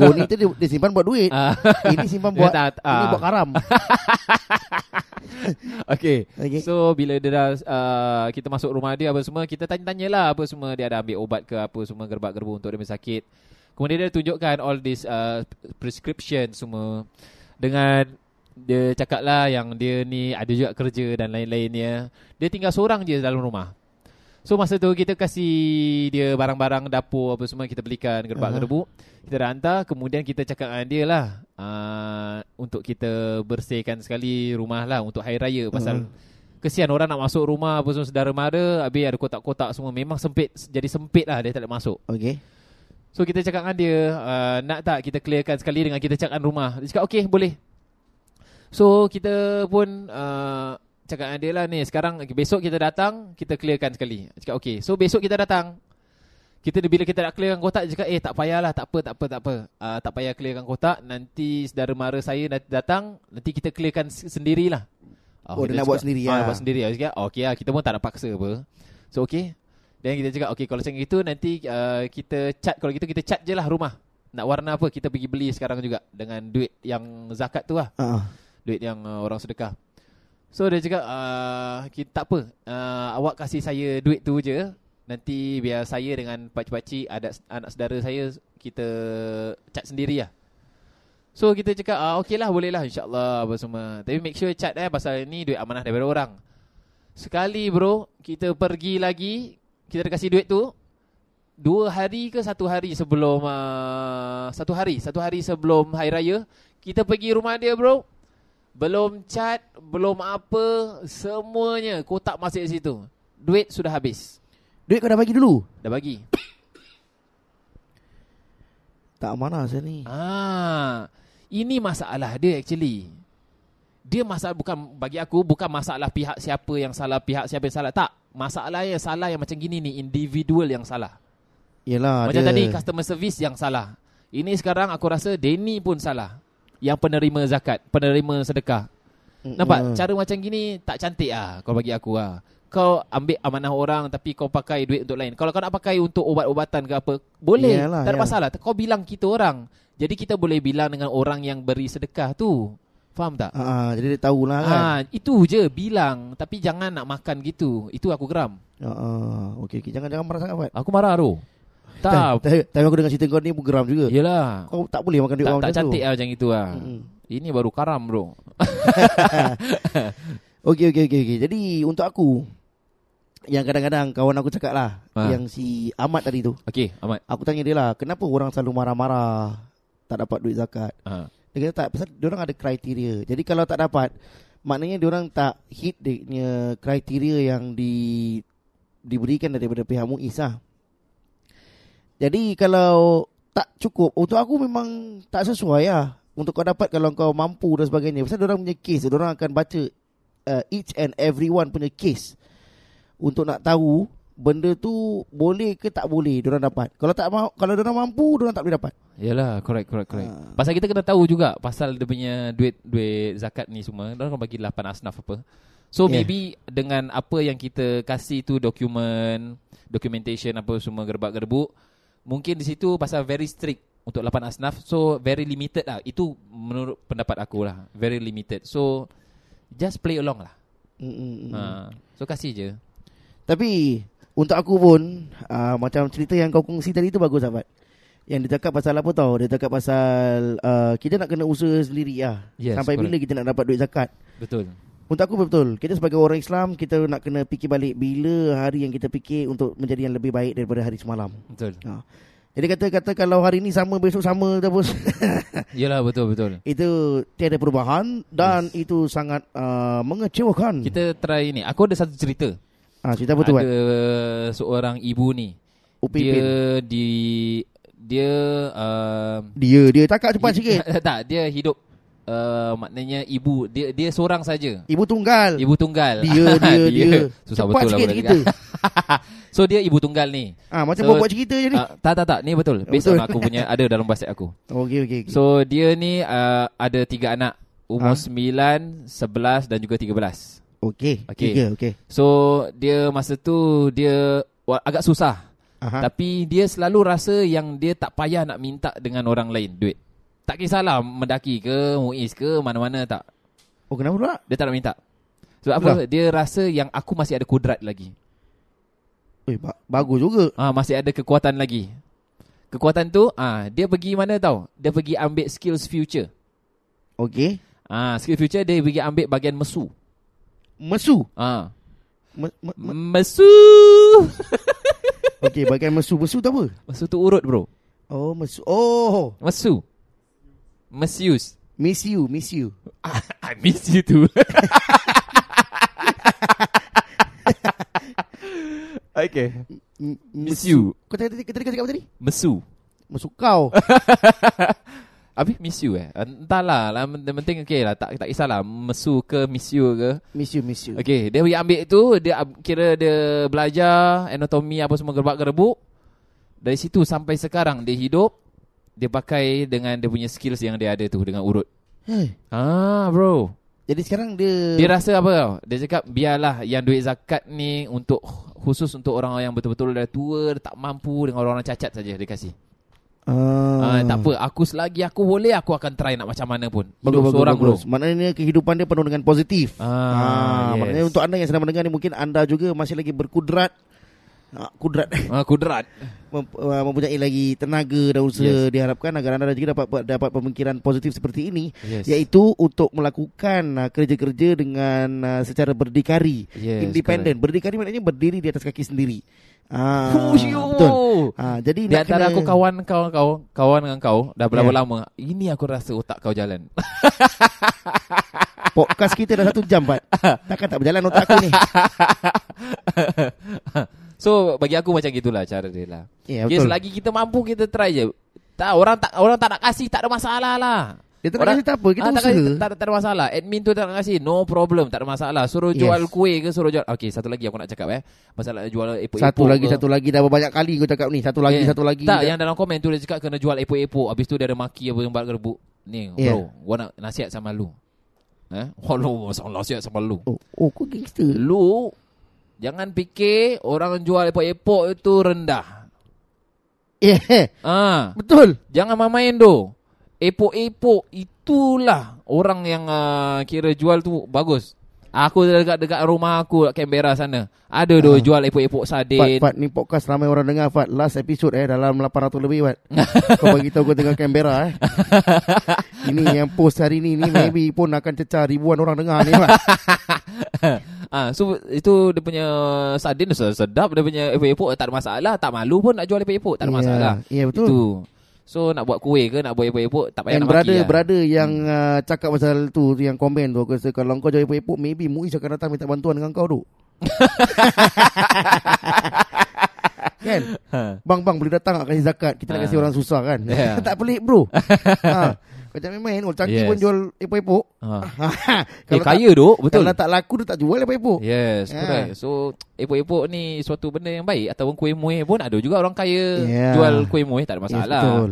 Speaker 2: Goni tu dia, dia simpan buat duit
Speaker 1: Ah.
Speaker 2: Ini simpan
Speaker 1: Dia
Speaker 2: Eh, buat
Speaker 1: tak-
Speaker 2: Ini
Speaker 1: ah.
Speaker 2: buat karam
Speaker 1: Okay.
Speaker 2: Okey.
Speaker 1: okay. So bila dia dah uh, kita masuk rumah dia apa semua kita tanya-tanyalah apa semua dia ada ambil obat ke apa semua gerbak-gerbu untuk dia punya sakit. Kemudian dia tunjukkan all this uh, prescription semua dengan dia cakap lah yang dia ni ada juga kerja dan lain-lainnya. Dia tinggal seorang je dalam rumah. So masa tu kita kasih dia barang-barang dapur apa semua kita belikan gerbak-gerbu. Kita dah hantar kemudian kita cakap dengan dia lah uh, untuk kita bersihkan sekali rumah lah untuk hari raya pasal kesian orang nak masuk rumah apa semua saudara mara habis ada kotak-kotak semua memang sempit jadi sempit lah dia tak boleh masuk.
Speaker 2: Okay
Speaker 1: So kita cakap dengan dia uh, Nak tak kita clearkan sekali Dengan kita cakap rumah Dia cakap okay boleh So kita pun uh, Cakap dengan dia lah ni Sekarang besok kita datang Kita clearkan sekali Dia cakap okay So besok kita datang kita bila kita nak clearkan kotak Dia cakap eh tak payahlah Tak apa tak apa tak apa uh, Tak payah clearkan kotak Nanti saudara mara saya nanti datang Nanti kita clearkan s- sendirilah Ah,
Speaker 2: Oh, dia nak
Speaker 1: cakap,
Speaker 2: buat sendiri
Speaker 1: ah,
Speaker 2: lah.
Speaker 1: nak buat sendiri Dia cakap okay lah Kita pun tak nak paksa apa So okay Dan kita cakap okay Kalau macam itu nanti uh, Kita cat Kalau gitu kita cat je lah rumah Nak warna apa Kita pergi beli sekarang juga Dengan duit yang zakat tu lah
Speaker 2: Ah, ah.
Speaker 1: Duit yang uh, orang sedekah So dia cakap uh, kita, Tak apa uh, Awak kasih saya duit tu je Nanti biar saya dengan pakcik-pakcik anak, anak saudara saya Kita cat sendiri lah So kita cakap ah, Okay lah boleh lah InsyaAllah apa semua Tapi make sure cat eh Pasal ni duit amanah daripada orang Sekali bro Kita pergi lagi Kita dah kasih duit tu Dua hari ke satu hari sebelum uh, Satu hari Satu hari sebelum Hari Raya Kita pergi rumah dia bro Belum cat Belum apa Semuanya Kotak masih di situ Duit sudah habis
Speaker 2: Duit kau dah bagi dulu
Speaker 1: Dah bagi
Speaker 2: Tak mana saya ni
Speaker 1: Ah, ini masalah dia actually. Dia masalah bukan bagi aku bukan masalah pihak siapa yang salah, pihak siapa yang salah. Tak. Masalahnya salah yang macam gini ni individual yang salah.
Speaker 2: Yelah
Speaker 1: Macam
Speaker 2: Ah, dia,
Speaker 1: tadi customer service yang salah. Ini sekarang aku rasa Denny pun salah. Yang penerima zakat, penerima sedekah.
Speaker 2: Mm-mm. Ah,
Speaker 1: Nampak cara macam gini tak cantik ah kau bagi aku ah. Kau ambil amanah orang tapi kau pakai duit untuk lain. Kalau kau nak pakai untuk obat-obatan ke apa, boleh.
Speaker 2: Yalah,
Speaker 1: tak ada
Speaker 2: yalah.
Speaker 1: masalah. Kau bilang kita orang. Jadi kita boleh bilang dengan orang yang beri sedekah tu. Faham tak?
Speaker 2: Ah, ah, Jadi dia tahulah kan
Speaker 1: Ah, itu je bilang tapi jangan nak makan gitu. Itu aku geram.
Speaker 2: ah. ah. Okey okay. jangan jangan marah sangat Fat
Speaker 1: Aku marah tu. Tak.
Speaker 2: Tapi- Tapi aku dengar cerita kau ni pun geram juga
Speaker 1: Yelah
Speaker 2: Kau tak boleh makan duit
Speaker 1: tak,
Speaker 2: orang
Speaker 1: tak
Speaker 2: macam tu
Speaker 1: cantik
Speaker 2: Hmm.
Speaker 1: lah macam itu lah.
Speaker 2: Mm-mm.
Speaker 1: Ini baru karam bro.
Speaker 2: Okey okey okey okey. Jadi untuk aku yang kadang-kadang kawan aku cakap lah
Speaker 1: Ha.
Speaker 2: Yang si Ahmad tadi tu
Speaker 1: Okey, Ahmad.
Speaker 2: Aku tanya dia lah Kenapa orang selalu marah-marah Tak dapat duit zakat
Speaker 1: Ha.
Speaker 2: Dia kata tak Pasal diorang ada kriteria Jadi kalau tak dapat Maknanya diorang tak hit dia punya kriteria yang di Diberikan daripada pihak MUIS lah Jadi kalau tak cukup Untuk aku memang tak sesuai lah Untuk kau dapat kalau kau mampu dan sebagainya Pasal diorang punya case Diorang akan baca uh, each and everyone punya case Untuk nak tahu Benda tu boleh ke tak boleh diorang dapat Kalau tak mau kalau diorang mampu diorang tak boleh dapat
Speaker 1: Yalah, correct, correct, correct.
Speaker 2: Ah.
Speaker 1: Pasal kita kena tahu juga pasal dia punya duit duit zakat ni semua. Dia orang bagi 8 asnaf apa. So
Speaker 2: Yeah.
Speaker 1: yeah. maybe dengan apa yang kita kasih tu dokumen, documentation apa semua gerbak-gerbuk, mungkin di situ pasal very strict untuk 8 asnaf. So very limited lah. Itu menurut pendapat aku lah. Very limited. So just play along lah.
Speaker 2: Mm, mm, mm.
Speaker 1: Mm. Ha. So kasih je.
Speaker 2: Tapi untuk aku pun uh, macam cerita yang kau kongsi tadi tu bagus sahabat. Yang dia cakap pasal apa tau? Dia cakap pasal uh, kita nak kena usaha sendiri lah.
Speaker 1: Yes,
Speaker 2: Sampai
Speaker 1: correct.
Speaker 2: bila kita nak dapat duit zakat?
Speaker 1: Betul.
Speaker 2: Untuk aku betul. Kita sebagai orang Islam kita nak kena fikir balik bila hari yang kita fikir untuk menjadi yang lebih baik daripada hari semalam.
Speaker 1: Betul.
Speaker 2: Ha. Jadi kata-kata kalau hari ni sama besok sama terus
Speaker 1: Yalah betul betul.
Speaker 2: Hmm. itu tiada perubahan dan yes. itu sangat uh, mengecewakan.
Speaker 1: Kita try ni. Aku ada satu cerita.
Speaker 2: ha, cerita apa tu? Wan?
Speaker 1: ada seorang ibu ni.
Speaker 2: Upin
Speaker 1: dia
Speaker 2: Ipin.
Speaker 1: di dia uh,
Speaker 2: dia dia cakap cepat sikit.
Speaker 1: tak, dia hidup uh, maknanya ibu dia dia seorang saja.
Speaker 2: Ibu tunggal.
Speaker 1: Ibu tunggal.
Speaker 2: Dia, dia, dia.
Speaker 1: Susah
Speaker 2: Cepat
Speaker 1: betul
Speaker 2: sikit
Speaker 1: aku nak
Speaker 2: cerita.
Speaker 1: cakap. so dia ibu tunggal ni.
Speaker 2: Ah macam
Speaker 1: So,
Speaker 2: so, buat cerita je ni. Uh,
Speaker 1: Uh, tak tak tak, ni betul. Based
Speaker 2: Betul.
Speaker 1: on aku punya ada dalam website aku.
Speaker 2: okey okey. okey.
Speaker 1: So dia ni uh, ada tiga anak,
Speaker 2: Ah.
Speaker 1: umur sembilan, 9, 11 dan juga 13.
Speaker 2: okey.
Speaker 1: Okey.
Speaker 2: Tiga okey.
Speaker 1: So dia masa tu dia wa- agak susah.
Speaker 2: Aha.
Speaker 1: Ha? Tapi dia selalu rasa yang dia tak payah nak minta dengan orang lain duit. Tak kisahlah mendaki ke, muiz ke, mana-mana tak.
Speaker 2: Oh kenapa pula?
Speaker 1: Dia tak nak minta. Sebab apa? Dia rasa yang aku masih ada kudrat lagi.
Speaker 2: Eh ba- bagus juga.
Speaker 1: Ah, masih ada kekuatan lagi. Kekuatan tu ah dia pergi mana tau? Dia pergi ambil skills future.
Speaker 2: Okey.
Speaker 1: Ah, skill future dia pergi ambil bahagian mesu.
Speaker 2: Mesu.
Speaker 1: Ah,
Speaker 2: Me- me- me-
Speaker 1: mesu.
Speaker 2: okey, bagian mesu. Mesu tu apa?
Speaker 1: mesu tu urut bro.
Speaker 2: Oh, mesu. Oh,
Speaker 1: Mesu. Mesius.
Speaker 2: miss you, miss you.
Speaker 1: I miss you too. okay.
Speaker 2: M-
Speaker 1: Miss
Speaker 2: mesu.
Speaker 1: you.
Speaker 2: Kau tadi tadi kau cakap apa tadi?
Speaker 1: Mesu.
Speaker 2: Mesu kau.
Speaker 1: Habis miss you eh? Entahlah. Lah, yang penting okay lah. Tak, tak kisahlah. Mesu ke miss you ke.
Speaker 2: miss you, miss you.
Speaker 1: Okay. Dia pergi ambil tu. Dia ab- kira dia belajar anatomi apa semua gerbak-gerbuk. Dari situ sampai sekarang dia hidup. Dia pakai dengan dia punya skills yang dia ada tu. Dengan urut.
Speaker 2: Hei.
Speaker 1: Ah bro.
Speaker 2: Jadi sekarang dia
Speaker 1: Dia rasa apa tau Dia cakap biarlah yang duit zakat ni Untuk khusus untuk orang yang betul-betul dah tua dah Tak mampu dengan orang-orang cacat saja dia kasih Ah,
Speaker 2: Ah,
Speaker 1: tak apa, aku selagi aku boleh aku akan try nak macam mana pun. Hidup
Speaker 2: Bagus, bagus,
Speaker 1: seorang bro.
Speaker 2: bagus. Maknanya kehidupan dia penuh dengan positif.
Speaker 1: Ah,
Speaker 2: Ah,
Speaker 1: yes.
Speaker 2: maknanya untuk anda yang sedang mendengar ni mungkin anda juga masih lagi berkudrat ah, kudrat
Speaker 1: Ah, kudrat.
Speaker 2: mem, uh, mempunyai lagi tenaga dan usaha yes.
Speaker 1: Yes.
Speaker 2: diharapkan agar anda juga dapat dapat- dapat pemikiran positif seperti ini
Speaker 1: Yes.
Speaker 2: iaitu untuk melakukan uh, kerja-kerja dengan uh, secara berdikari
Speaker 1: Yes,
Speaker 2: independen berdikari maknanya berdiri di atas kaki sendiri ah
Speaker 1: Fuh, yo.
Speaker 2: betul ah jadi
Speaker 1: Di
Speaker 2: nak kena- Ya.
Speaker 1: antara aku kawan kau kau kawan dengan kau dah berapa
Speaker 2: Yeah.
Speaker 1: lama. Ini aku rasa otak kau jalan.
Speaker 2: podcast kita dah satu jam Pat takkan tak berjalan otak aku ni
Speaker 1: so bagi aku macam gitulah cara dia lah.
Speaker 2: ya yeah,
Speaker 1: Yeah,
Speaker 2: betul
Speaker 1: selagi kita mampu kita try je. Tak orang tak orang tak nak kasih tak ada masalah lah.
Speaker 2: dia tak
Speaker 1: orang-
Speaker 2: kasi tak apa kita
Speaker 1: Ah, tak,
Speaker 2: usaha
Speaker 1: tak, tak, tak ada masalah. Admin tu tak nak kasih. No problem. Tak ada masalah. Suruh
Speaker 2: Yes.
Speaker 1: jual kuih ke suruh jual. Okey, satu lagi aku nak cakap eh. Masalah jual epok-epok.
Speaker 2: satu lagi
Speaker 1: ke.
Speaker 2: satu lagi dah banyak kali kau cakap ni satu lagi
Speaker 1: Yeah.
Speaker 2: satu lagi
Speaker 1: Tak,
Speaker 2: Dah-
Speaker 1: yang dalam komen tu dia cakap kena jual epok-epok. Habis tu dia ada maki apa tempat gerbuk. Ni,
Speaker 2: Yeah.
Speaker 1: bro. Gua nak nasihat sama lu. Eh? Walau masalah nasihat sama lu.
Speaker 2: oh, oh kau gangster
Speaker 1: Lu jangan fikir orang jual epok-epok itu rendah.
Speaker 2: yeah
Speaker 1: Ah,
Speaker 2: betul
Speaker 1: jangan main-main tu. Epok-epok itulah orang yang uh, kira jual tu bagus. Aku dekat dekat rumah aku kat Canberra sana. Ada tu
Speaker 2: Ah.
Speaker 1: jual epok-epok sadin.
Speaker 2: Fat, Fat, ni podcast ramai orang dengar Fat Last episode eh Dalam 800 lebih Fat Kau bagi tahu kau tengah Canberra eh Ini yang post hari ni Ni maybe pun akan cecah ribuan orang dengar ni Fat
Speaker 1: Ah, so itu dia punya sardin se- sedap dia punya epok-epok tak ada masalah, tak malu pun nak jual epok-epok tak ada
Speaker 2: Ya,
Speaker 1: masalah.
Speaker 2: Ya yeah, betul
Speaker 1: Itu. So nak buat kuih ke nak buat epok-epok tak
Speaker 2: And
Speaker 1: payah nak
Speaker 2: brother
Speaker 1: maki. lah.
Speaker 2: brother yang uh, cakap pasal tu, tu yang komen tu aku rasa kalau kau jadi epok-epok maybe Muiz akan datang minta bantuan dengan kau tu. kan?
Speaker 1: Ha.
Speaker 2: Bang bang boleh datang nak kasih zakat. Kita nak
Speaker 1: Ah. Ya.
Speaker 2: kasih orang susah kan.
Speaker 1: Yeah.
Speaker 2: tak pelik bro. ha. Kau jangan main Ul Changki
Speaker 1: Yes.
Speaker 2: pun jual epok-epok.
Speaker 1: Ha.
Speaker 2: Kalau
Speaker 1: Eh, kaya tu, betul.
Speaker 2: Kalau tak laku dia tak jual epok-epok.
Speaker 1: Yes,
Speaker 2: Ah.
Speaker 1: correct. So epok-epok ni suatu benda yang baik ataupun kuih muih pun ada juga orang kaya
Speaker 2: Ya.
Speaker 1: jual kuih muih tak ada masalah.
Speaker 2: betul.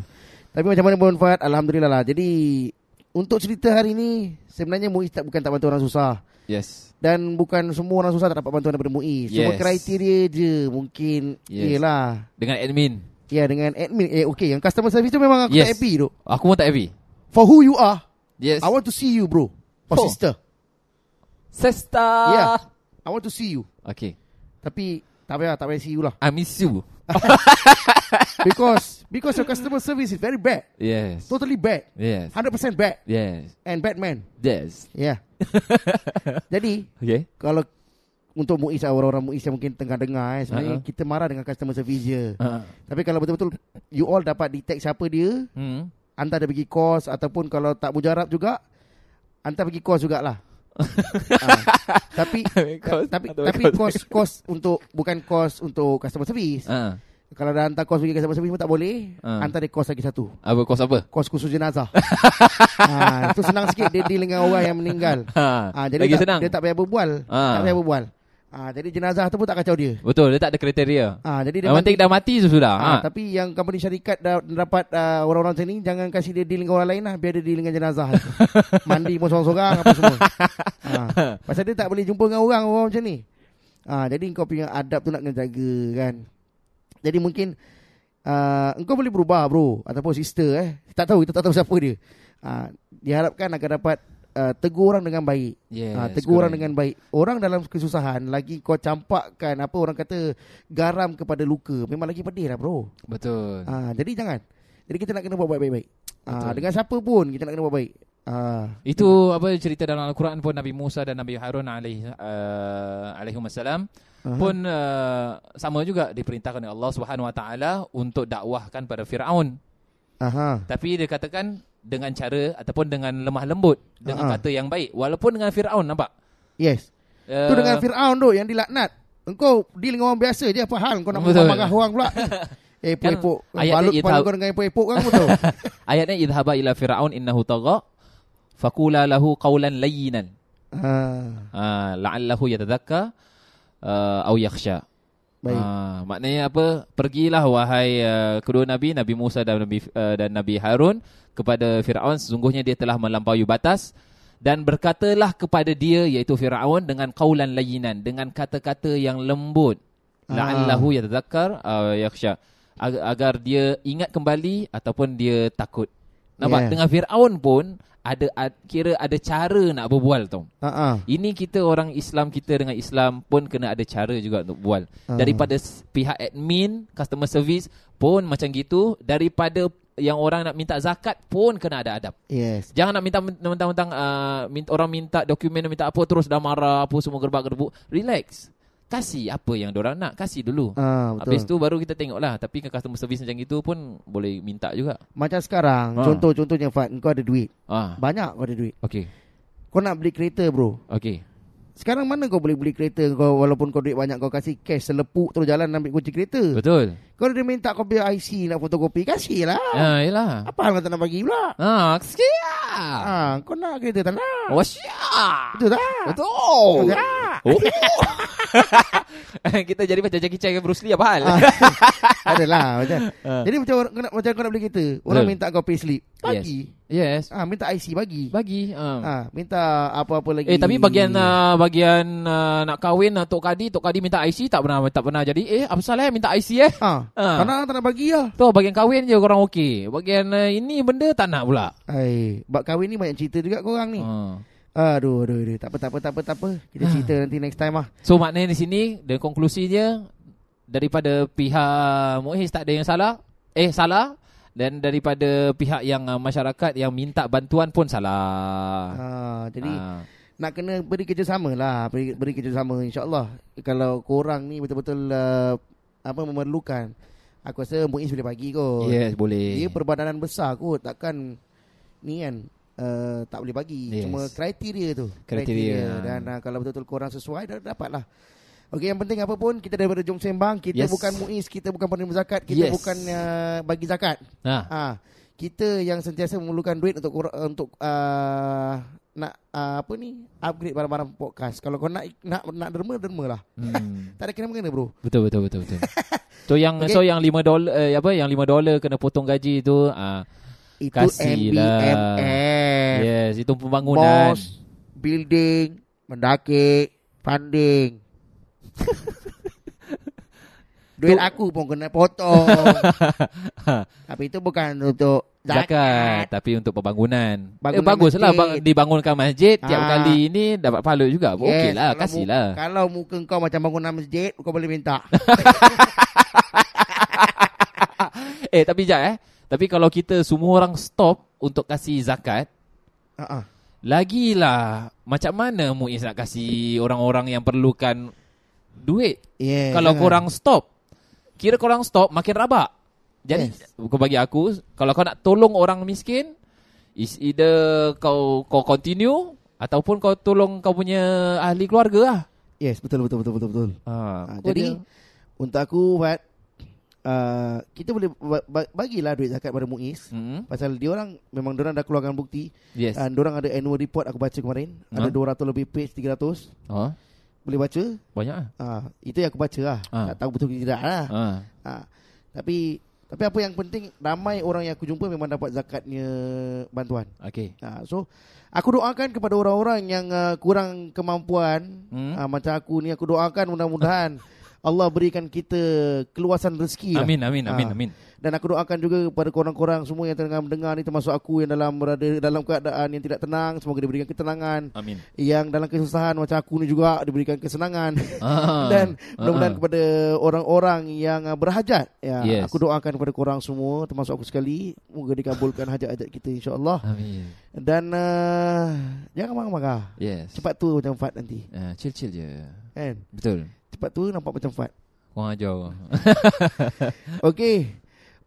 Speaker 2: Tapi macam mana pun Fahad Alhamdulillah lah Jadi Untuk cerita hari ni Sebenarnya Muiz tak bukan tak bantu orang susah
Speaker 1: Yes.
Speaker 2: Dan bukan semua orang susah tak dapat bantuan daripada MUI. Cuma
Speaker 1: Yes.
Speaker 2: kriteria je mungkin yes.
Speaker 1: Yes.
Speaker 2: yelah.
Speaker 1: Dengan admin.
Speaker 2: Ya dengan admin eh okey yang customer service tu memang aku yes.
Speaker 1: Yes.
Speaker 2: happy tu.
Speaker 1: Aku pun tak happy.
Speaker 2: For who you are,
Speaker 1: Yes.
Speaker 2: I want to see you bro. Or
Speaker 1: Oh.
Speaker 2: sister.
Speaker 1: Sesta.
Speaker 2: Yeah. I want to see you.
Speaker 1: Okay.
Speaker 2: Tapi tak payah tak payah see you lah.
Speaker 1: I miss you.
Speaker 2: Because because your customer service is very bad.
Speaker 1: Yes.
Speaker 2: Totally bad.
Speaker 1: Yes.
Speaker 2: 100% bad
Speaker 1: Yes.
Speaker 2: and bad man.
Speaker 1: Yes.
Speaker 2: Yeah. Ya. Jadi
Speaker 1: Okay.
Speaker 2: kalau untuk MUIS orang-orang MUIS yang mungkin tengah dengar eh, sebenarnya
Speaker 1: Uh-uh.
Speaker 2: kita marah dengan customer service je.
Speaker 1: Uh.
Speaker 2: Tapi kalau betul-betul you all dapat detect siapa dia,
Speaker 1: Hmm.
Speaker 2: hantar dia pergi course ataupun kalau tak mujarab juga hantar pergi course jugalah. Ah, tapi
Speaker 1: Course,
Speaker 2: tapi
Speaker 1: hantar
Speaker 2: tapi
Speaker 1: pergi
Speaker 2: course course untuk bukan course untuk customer service.
Speaker 1: Ah.
Speaker 2: Kalau dah hantar course pergi customer service pun tak boleh,
Speaker 1: Ah.
Speaker 2: hantar dia course lagi satu.
Speaker 1: Apa kos apa?
Speaker 2: Course khusus jenazah. ha, itu senang sikit dia deal dengan orang yang meninggal.
Speaker 1: Ha.
Speaker 2: Ah, jadi
Speaker 1: lagi
Speaker 2: tak,
Speaker 1: senang.
Speaker 2: dia tak payah berbual.
Speaker 1: Ah.
Speaker 2: Tak payah berbual. Ah, jadi jenazah tu pun tak kacau dia.
Speaker 1: Betul, dia tak ada kriteria.
Speaker 2: Ah, jadi dia
Speaker 1: Yang penting dah mati tu sudah.
Speaker 2: Ah,
Speaker 1: Ha.
Speaker 2: ha. Tapi yang company syarikat dah dapat uh, orang-orang macam ni Jangan kasih dia deal dengan orang lain lah Biar dia deal dengan jenazah Mandi pun sorang-sorang apa semua ha. Pasal dia tak boleh jumpa dengan orang Orang macam ni ha, Jadi kau punya adab tu nak kena jaga kan Jadi mungkin uh, Engkau boleh berubah bro Ataupun sister eh Tak tahu, kita tak tahu siapa dia ha, Diharapkan akan dapat uh, Tegur orang dengan baik
Speaker 1: Yes,
Speaker 2: ha, Tegur orang
Speaker 1: correct.
Speaker 2: dengan baik Orang dalam kesusahan Lagi kau campakkan Apa orang kata Garam kepada luka Memang lagi pedih lah bro
Speaker 1: Betul.
Speaker 2: Ah, jadi jangan. Jadi kita nak kena buat baik-baik. Ah,
Speaker 1: Betul.
Speaker 2: dengan siapa pun kita nak kena buat baik. Ah,
Speaker 1: Itu apa cerita dalam Al-Quran pun Nabi Musa dan Nabi Harun alaihi uh, alaihi wasallam
Speaker 2: Aha.
Speaker 1: pun uh, sama juga diperintahkan oleh Allah Subhanahu wa taala untuk dakwahkan pada Firaun.
Speaker 2: aha.
Speaker 1: Tapi dia katakan dengan cara ataupun dengan lemah lembut, dengan
Speaker 2: Ah.
Speaker 1: kata yang baik walaupun dengan Firaun nampak.
Speaker 2: Yes.
Speaker 1: Uh,
Speaker 2: Tu dengan Firaun tu yang dilaknat. Engkau deal dengan orang biasa je apa hal kau nak
Speaker 1: Betul.
Speaker 2: marah orang pula. Eh, epok-epok.
Speaker 1: Kan ayat
Speaker 2: Balut
Speaker 1: dia
Speaker 2: kepala
Speaker 1: tahu.
Speaker 2: kau dengan epok-epok kan kau tahu.
Speaker 1: ayatnya idhaba ila Firaun innahu tagha faqula lahu qawlan layyinan.
Speaker 2: Ah,
Speaker 1: Ah, la'allahu yatadhakka uh, au yakhsha.
Speaker 2: baik.
Speaker 1: Ah, maknanya apa? Pergilah wahai uh, kedua nabi, Nabi Musa dan Nabi uh, dan Nabi Harun kepada Firaun sesungguhnya dia telah melampaui batas dan berkatalah kepada dia iaitu Firaun dengan qaulan layyinan, dengan kata-kata yang lembut.
Speaker 2: Ah.
Speaker 1: La'allahu yatadhakkar aw yakhsha. ya ag- agar dia ingat kembali ataupun dia takut. Nampak
Speaker 2: Yeah.
Speaker 1: yeah. dengan Firaun pun ada ad- kira ada cara nak berbual tau.
Speaker 2: Ha ah.
Speaker 1: Ini kita orang Islam kita dengan Islam pun kena ada cara juga untuk bual.
Speaker 2: Ah.
Speaker 1: Daripada s- pihak admin, customer service pun macam gitu, daripada yang orang nak minta zakat pun kena ada adab.
Speaker 2: Yes.
Speaker 1: Jangan nak minta mentang-mentang uh, minta, orang minta dokumen minta apa terus dah marah apa semua gerbak-gerbuk. Relax. Kasih apa yang orang nak, kasih dulu.
Speaker 2: Ah, betul.
Speaker 1: Habis tu baru kita tengoklah. Tapi kan customer service macam itu pun boleh minta juga.
Speaker 2: Macam sekarang
Speaker 1: Ha.
Speaker 2: Contoh-contohnya Fat Kau ada duit
Speaker 1: Ah.
Speaker 2: Banyak kau ada duit
Speaker 1: Okey.
Speaker 2: Kau nak beli kereta bro
Speaker 1: Okey.
Speaker 2: Sekarang mana kau boleh beli kereta kau Walaupun kau duit banyak Kau kasih cash Selepuk terus jalan Ambil kunci kereta
Speaker 1: Betul.
Speaker 2: Kau dia minta kau punya IC Nak fotokopi Kasih lah
Speaker 1: Ah, yalah.
Speaker 2: Apa hal kau tak nak bagi pula
Speaker 1: Ah, sikit. Ah.
Speaker 2: Ah, Kau nak kereta tak nak
Speaker 1: Oh, syak.
Speaker 2: Betul tak
Speaker 1: Betul.
Speaker 2: Betul Ah. tak
Speaker 1: Oh. kita jadi macam Jackie Chan dengan Bruce Lee apa hal?
Speaker 2: Ah, Adalah macam.
Speaker 1: Ah.
Speaker 2: Jadi macam orang kau nak, macam kau nak beli kereta, orang
Speaker 1: Betul.
Speaker 2: minta kau payslip, bagi.
Speaker 1: Yes.
Speaker 2: Ah minta IC bagi.
Speaker 1: Bagi. Ah.
Speaker 2: Ah minta apa-apa lagi. Ha.
Speaker 1: Eh tapi bagian uh, bagian uh, nak kahwin uh, Tok Kadi Tok Kadi minta IC tak pernah tak pernah jadi eh apa salah eh minta IC eh
Speaker 2: ah, tak
Speaker 1: Ah.
Speaker 2: nak tak nak bagi lah.
Speaker 1: tu bagian kahwin je korang okey bagian uh, ini benda tak nak pula
Speaker 2: Ai, bab kahwin ni banyak cerita juga kau orang ni.
Speaker 1: ha.
Speaker 2: Aduh, aduh, aduh. Tak apa, tak apa, tak apa, tak apa. Kita cerita nanti next time lah.
Speaker 1: so maknanya di sini dan konklusinya daripada pihak Muiz tak ada yang salah eh salah dan daripada pihak yang uh, masyarakat yang minta bantuan pun salah
Speaker 2: Ah, jadi
Speaker 1: Ah.
Speaker 2: nak kena beri kerjasama lah, beri, beri kerjasama insyaAllah. Kalau korang ni betul-betul uh, apa memerlukan, aku rasa Muiz boleh bagi kot.
Speaker 1: yes boleh
Speaker 2: Dia perbadanan besar kot Takkan Ni kan uh, Tak boleh bagi yes.
Speaker 1: Yes.
Speaker 2: Cuma kriteria tu
Speaker 1: Kriteria.
Speaker 2: Dan uh, kalau betul-betul korang sesuai dah Dapat lah Okey yang penting apa pun Kita daripada Jom Sembang Kita yes.
Speaker 1: Yes.
Speaker 2: bukan muiz Kita bukan penerima zakat Kita yes.
Speaker 1: Yes.
Speaker 2: bukan uh, bagi zakat
Speaker 1: ha.
Speaker 2: ha. Kita yang sentiasa memerlukan duit Untuk korang, untuk uh, nak uh, apa ni upgrade barang-barang podcast kalau kau nak nak nak derma derma lah
Speaker 1: hmm.
Speaker 2: tak ada kena mengena bro
Speaker 1: Betul betul betul betul. so yang
Speaker 2: Okay.
Speaker 1: okay. so yang 5 dolar eh, apa yang 5 dolar kena potong gaji tu ah
Speaker 2: itu
Speaker 1: Kasih lah. Ya,
Speaker 2: MBMF
Speaker 1: yes itu
Speaker 2: Eh.
Speaker 1: pembangunan.
Speaker 2: Bos, building, mendaki, funding. Duit aku pun kena potong. Tapi itu bukan untuk
Speaker 1: Zakat
Speaker 2: zakat.
Speaker 1: tapi untuk pembangunan.
Speaker 2: Bangunan
Speaker 1: eh baguslah
Speaker 2: masjid.
Speaker 1: bang, dibangunkan masjid tiap
Speaker 2: Ah.
Speaker 1: kali ini dapat pahala juga. lah, Yes,
Speaker 2: Yes,
Speaker 1: Okeylah,
Speaker 2: kalau
Speaker 1: kasihlah.
Speaker 2: mu- Kalau muka kau macam bangunan masjid, kau boleh minta.
Speaker 1: Eh tapi jap eh. Tapi kalau kita semua orang stop untuk kasih zakat,
Speaker 2: Ha ah.
Speaker 1: lagilah macam mana Muiz nak kasih orang-orang yang perlukan duit?
Speaker 2: Yeah, Eh,
Speaker 1: Kalau
Speaker 2: jangan.
Speaker 1: korang stop Kira korang stop Makin rabak Jadi
Speaker 2: Yes.
Speaker 1: yes. Bagi aku Kalau kau nak tolong orang miskin Is either Kau kau continue Ataupun kau tolong Kau punya ahli keluarga lah
Speaker 2: Yes, betul betul betul betul betul.
Speaker 1: ha,
Speaker 2: Ha, jadi untuk aku Fat uh, kita boleh ba- ba- bagilah duit zakat pada Muiz
Speaker 1: hmm?
Speaker 2: pasal dia orang memang dia orang dah keluarkan bukti
Speaker 1: Yes
Speaker 2: Dan dorang ada annual report aku baca kemarin. Ada
Speaker 1: Ha?
Speaker 2: 200 lebih page, 300.
Speaker 1: ha,
Speaker 2: Boleh baca.
Speaker 1: Banyak lah
Speaker 2: Ha, itu yang aku baca lah.
Speaker 1: Ha.
Speaker 2: Tak tahu betul ke tidak lah.
Speaker 1: ha.
Speaker 2: Ha. Tapi tapi apa yang penting ramai orang yang aku jumpa memang dapat zakatnya bantuan.
Speaker 1: Okay
Speaker 2: Ha, so aku doakan kepada orang-orang yang uh, kurang kemampuan
Speaker 1: Hmm.
Speaker 2: ha, macam aku ni aku doakan mudah-mudahan Allah berikan kita keluasan rezeki. lah.
Speaker 1: Amin amin amin
Speaker 2: Ah.
Speaker 1: amin
Speaker 2: Dan aku doakan juga kepada korang-korang semua yang tengah mendengar ni termasuk aku yang dalam berada dalam keadaan yang tidak tenang semoga diberikan ketenangan
Speaker 1: Amin
Speaker 2: yang dalam kesusahan macam aku ni juga diberikan kesenangan
Speaker 1: Ah.
Speaker 2: dan mudah-mudahan
Speaker 1: Ah.
Speaker 2: kepada orang-orang yang ah, berhajat ya
Speaker 1: Yes.
Speaker 2: aku doakan kepada korang semua termasuk aku sekali moga dikabulkan hajat-hajat kita insyaallah
Speaker 1: Amin
Speaker 2: dan uh, jangan marah-marah
Speaker 1: Yes
Speaker 2: cepat tu macam Fat nanti
Speaker 1: Ah, Chill chill je
Speaker 2: kan
Speaker 1: Betul
Speaker 2: cepat tu nampak macam Fat
Speaker 1: Korang ajar orang.
Speaker 2: Okey.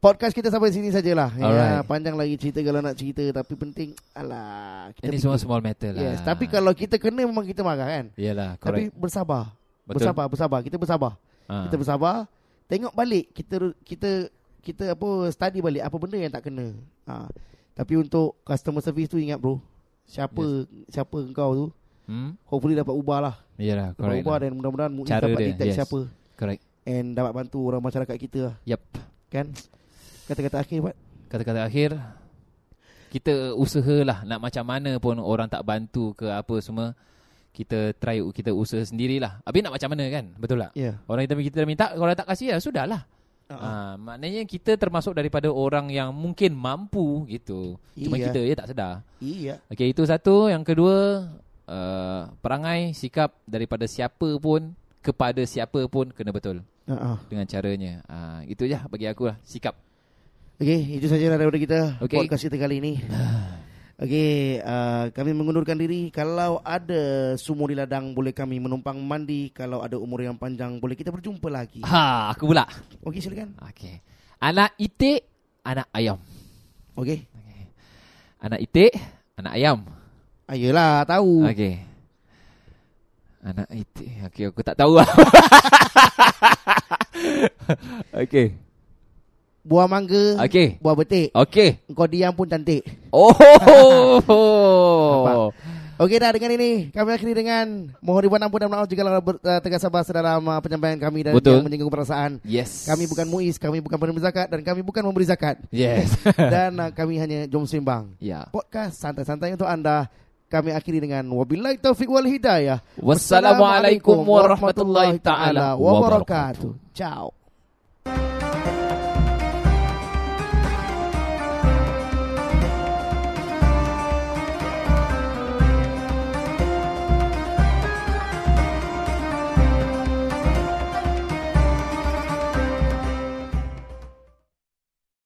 Speaker 2: Podcast kita sampai sini sajalah. Ya,
Speaker 1: Alright.
Speaker 2: panjang lagi cerita kalau nak cerita tapi penting alah kita
Speaker 1: Ini
Speaker 2: fikir.
Speaker 1: semua small matter lah
Speaker 2: Yes, tapi kalau kita kena memang kita marah kan.
Speaker 1: Yalah
Speaker 2: Tapi
Speaker 1: correct
Speaker 2: bersabar.
Speaker 1: Betul.
Speaker 2: Bersabar, bersabar. Kita bersabar.
Speaker 1: Ah.
Speaker 2: Kita bersabar. Tengok balik kita kita kita apa study balik apa benda yang tak kena. Ha. Tapi untuk customer service tu ingat bro. Siapa siapa engkau tu
Speaker 1: hmm?
Speaker 2: hopefully dapat ubah lah.
Speaker 1: Yalah
Speaker 2: Dapat
Speaker 1: correct
Speaker 2: ubah
Speaker 1: lah.
Speaker 2: dan mudah-mudahan Muiz
Speaker 1: Cara
Speaker 2: dapat
Speaker 1: dia,
Speaker 2: detect
Speaker 1: yes.
Speaker 2: siapa
Speaker 1: Correct
Speaker 2: and dapat bantu orang masyarakat kita lah,
Speaker 1: Yep
Speaker 2: kan. Kata-kata akhir Pak.
Speaker 1: kata-kata akhir kita usahalah nak macam mana pun orang tak bantu ke apa semua kita try kita usaha sendirilah. Habis nak macam mana kan? Betul tak?
Speaker 2: Ya. Yeah.
Speaker 1: Orang kita kita dah minta kalau tak kasih ya sudahlah.
Speaker 2: Ah,
Speaker 1: Ha, maknanya kita termasuk daripada orang yang mungkin mampu gitu. Cuma
Speaker 2: Iya.
Speaker 1: kita ya tak sedar.
Speaker 2: Iya.
Speaker 1: Okey, itu satu. Yang kedua, uh, perangai sikap daripada siapa pun kepada siapa pun kena betul
Speaker 2: Uh-huh.
Speaker 1: dengan caranya. Uh, itu je bagi aku lah sikap.
Speaker 2: Okey, itu saja lah daripada kita okay.
Speaker 1: Okey.
Speaker 2: podcast kita kali ini. Okey, uh, kami mengundurkan diri. Kalau ada sumur di ladang boleh kami menumpang mandi. Kalau ada umur yang panjang boleh kita berjumpa lagi.
Speaker 1: Ha, aku pula.
Speaker 2: Okey, silakan.
Speaker 1: Okey. Anak itik, anak ayam.
Speaker 2: Okey.
Speaker 1: Anak itik, anak ayam.
Speaker 2: Ayolah, tahu. Okay.
Speaker 1: Okey. Anak itik. Okey, aku tak tahu lah. Okey.
Speaker 2: Buah mangga,
Speaker 1: Okey. Oh.
Speaker 2: buah betik.
Speaker 1: Okey.
Speaker 2: Kau diam pun cantik.
Speaker 1: Oh.
Speaker 2: Okey dah dengan ini kami akhiri dengan mohon ribuan ampun dan maaf jika ber, uh, tegas sabar dalam uh, penyampaian kami dan yang
Speaker 1: Betul.
Speaker 2: menyinggung perasaan.
Speaker 1: Yes.
Speaker 2: Kami bukan muiz, kami bukan penerima zakat dan kami bukan memberi zakat.
Speaker 1: Yes.
Speaker 2: dan uh, kami hanya jom sembang.
Speaker 1: ya.
Speaker 2: Podcast santai-santai untuk anda. Kami akhiri dengan wabillahi taufik wal hidayah.
Speaker 1: Wassalamualaikum warahmatullahi taala wabarakatuh.
Speaker 2: Ciao.